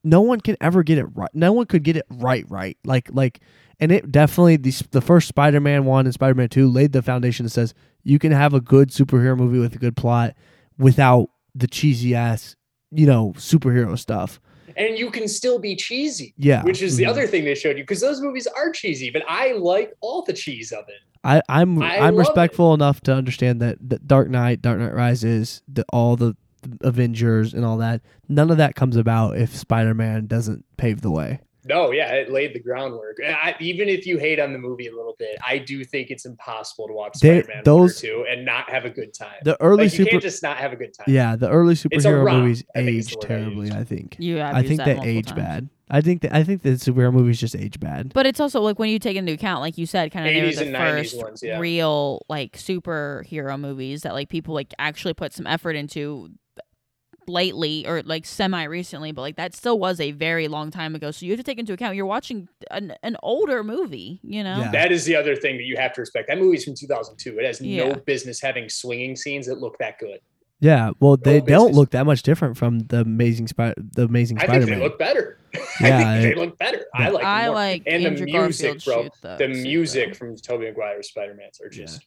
no one can ever get it right. No one could get it right, right. Like like, and it definitely the s- the first Spider Man one and Spider Man two laid the foundation that says you can have a good superhero movie with a good plot without the cheesy ass you know superhero stuff. and you can still be cheesy. Yeah, Which is the Mhm. other thing they showed you because those movies are cheesy, but I like all the cheese of it. I, I'm I I am love respectful enough to understand that, that Dark Knight, Dark Knight Rises, the, all the Avengers and all that. None of that comes about if Spider Man doesn't pave the way. No, yeah, it laid the groundwork. And I, even if you hate on the movie a little bit, I do think it's impossible to watch They- Spider-Man those- those two and not have a good time. The early like, you super can't just not have a good time. yeah, the early superhero romp, movies I think is the age word I terribly. used. I think. You have I used think that they multiple age times. bad. I think that I think that superhero movies just age bad. But it's also like when you take into account, like you said, kind of they were 80s the and 90s first ones, yeah. real like superhero movies that like people like actually put some effort into lately or like semi recently, but like that still was a very long time ago. So you have to take into account you're watching an, an older movie, you know? Yeah. That is the other thing that you have to respect. That movie's from 2002. It has Yeah. no business having swinging scenes that look that good. Yeah, well, they Well, don't this is- look that much different from the Amazing Spider, the Amazing I think Spider they Man. look better. [LAUGHS] I Yeah, think it- they look better. I like. them I more. like and Andrew the music, Garfield's bro. shoot, though, The super. music from Tobey Maguire's Spider-Man's are Yeah. just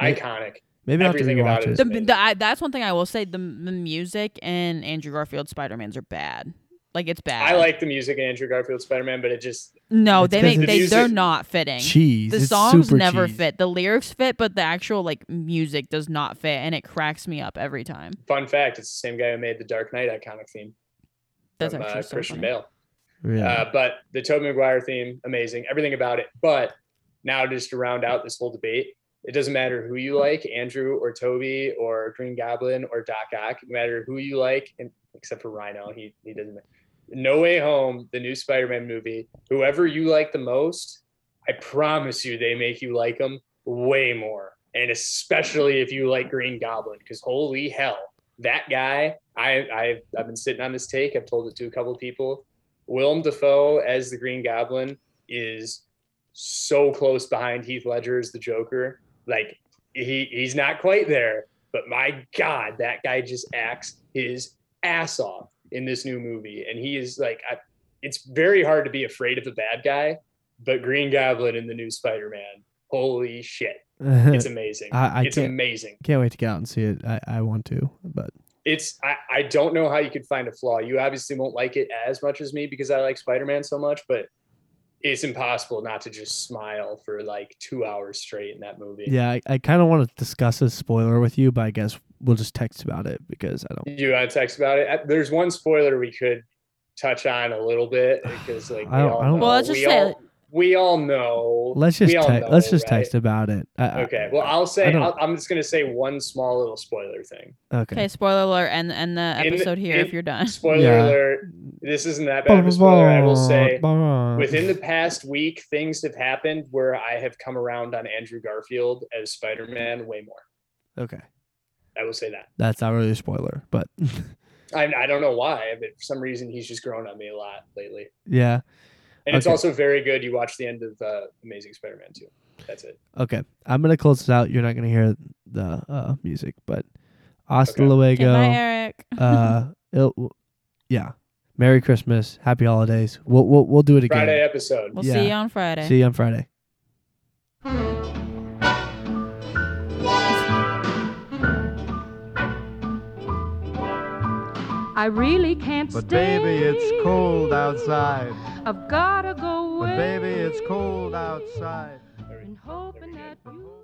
Yeah. iconic. Maybe I have to everything about rewatch it it. is The, amazing. the, I, that's one thing I will say. The, the music and Andrew Garfield's Spider Man's are bad. Like it's bad. I like the music in Andrew Garfield's Spider-Man, but it just No, It's they 'cause make the they music- they're not fitting. Cheese. the it's songs super never cheese. fit the lyrics fit but the actual like music does not fit and it cracks me up every time fun fact, it's the same guy who made the Dark Knight iconic theme that's from actually uh, so Christian funny. Bale. Yeah. Uh, but the Tobey Maguire theme, amazing, everything about it. But now, just to round out this whole debate, it doesn't matter who you like, Andrew or Toby or Green Goblin or Doc Ock. No matter who you like, and, except for Rhino, he he doesn't. No Way Home, the new Spider-Man movie. Whoever you like the most, I promise you, they make you like them way more. And especially if you like Green Goblin, because holy hell, that guy. I, I I've been sitting on this take. I've told it to a couple of people. Willem Dafoe as the Green Goblin is so close behind Heath Ledger as the Joker. Like he he's not quite there, but my God, that guy just acts his ass off in this new movie, and he is like, I, it's very hard to be afraid of the bad guy, but Green Goblin in the new Spider-Man, holy shit, Uh, [LAUGHS] it's amazing. I, I it's can't, amazing. can't wait to get out and see it. I, I want to, but It's I, I don't know how you could find a flaw. You obviously won't like it as much as me because I like Spider-Man so much, but it's impossible not to just smile for like two hours straight in that movie. yeah, I, I kind of want to discuss this spoiler with you, but I guess we'll just text about it because I don't. You want to text about it? Uh, There's one spoiler we could touch on a [SIGHS] little bit because like we I don't- all I don't- know- Well, let's just we say- all, we all know. Let's just we all te- know, let's just right? text about it. I, I- Okay. Well, I'll say I don't- I'll, I'm just gonna say one small little spoiler thing. okay. okay spoiler alert and and the In the- episode here if in- you're done Spoiler Yeah. alert. This isn't that bad of a spoiler. I will say. Within Within the past week, things have happened where I have come around on Andrew Garfield as Spider Man way more. okay, I will say that. that's not really a spoiler, but [LAUGHS] I, I don't know why, but for some reason, he's just grown on me a lot lately. yeah, And it's Okay. also very good. You watch the end of uh, Amazing Spider Man 2. That's it. okay. I'm gonna close this out. You're not gonna hear the uh, music, but hasta okay, Okay. bye luego. eric Uh, it'll- yeah. Merry Christmas. Happy holidays. We'll we'll, we'll do it again. Friday episode. We'll Yeah. see you on Friday. See you on Friday. I really can't But stay. baby, it's cold outside. I've gotta go away. But baby, it's cold outside. Been hoping that you.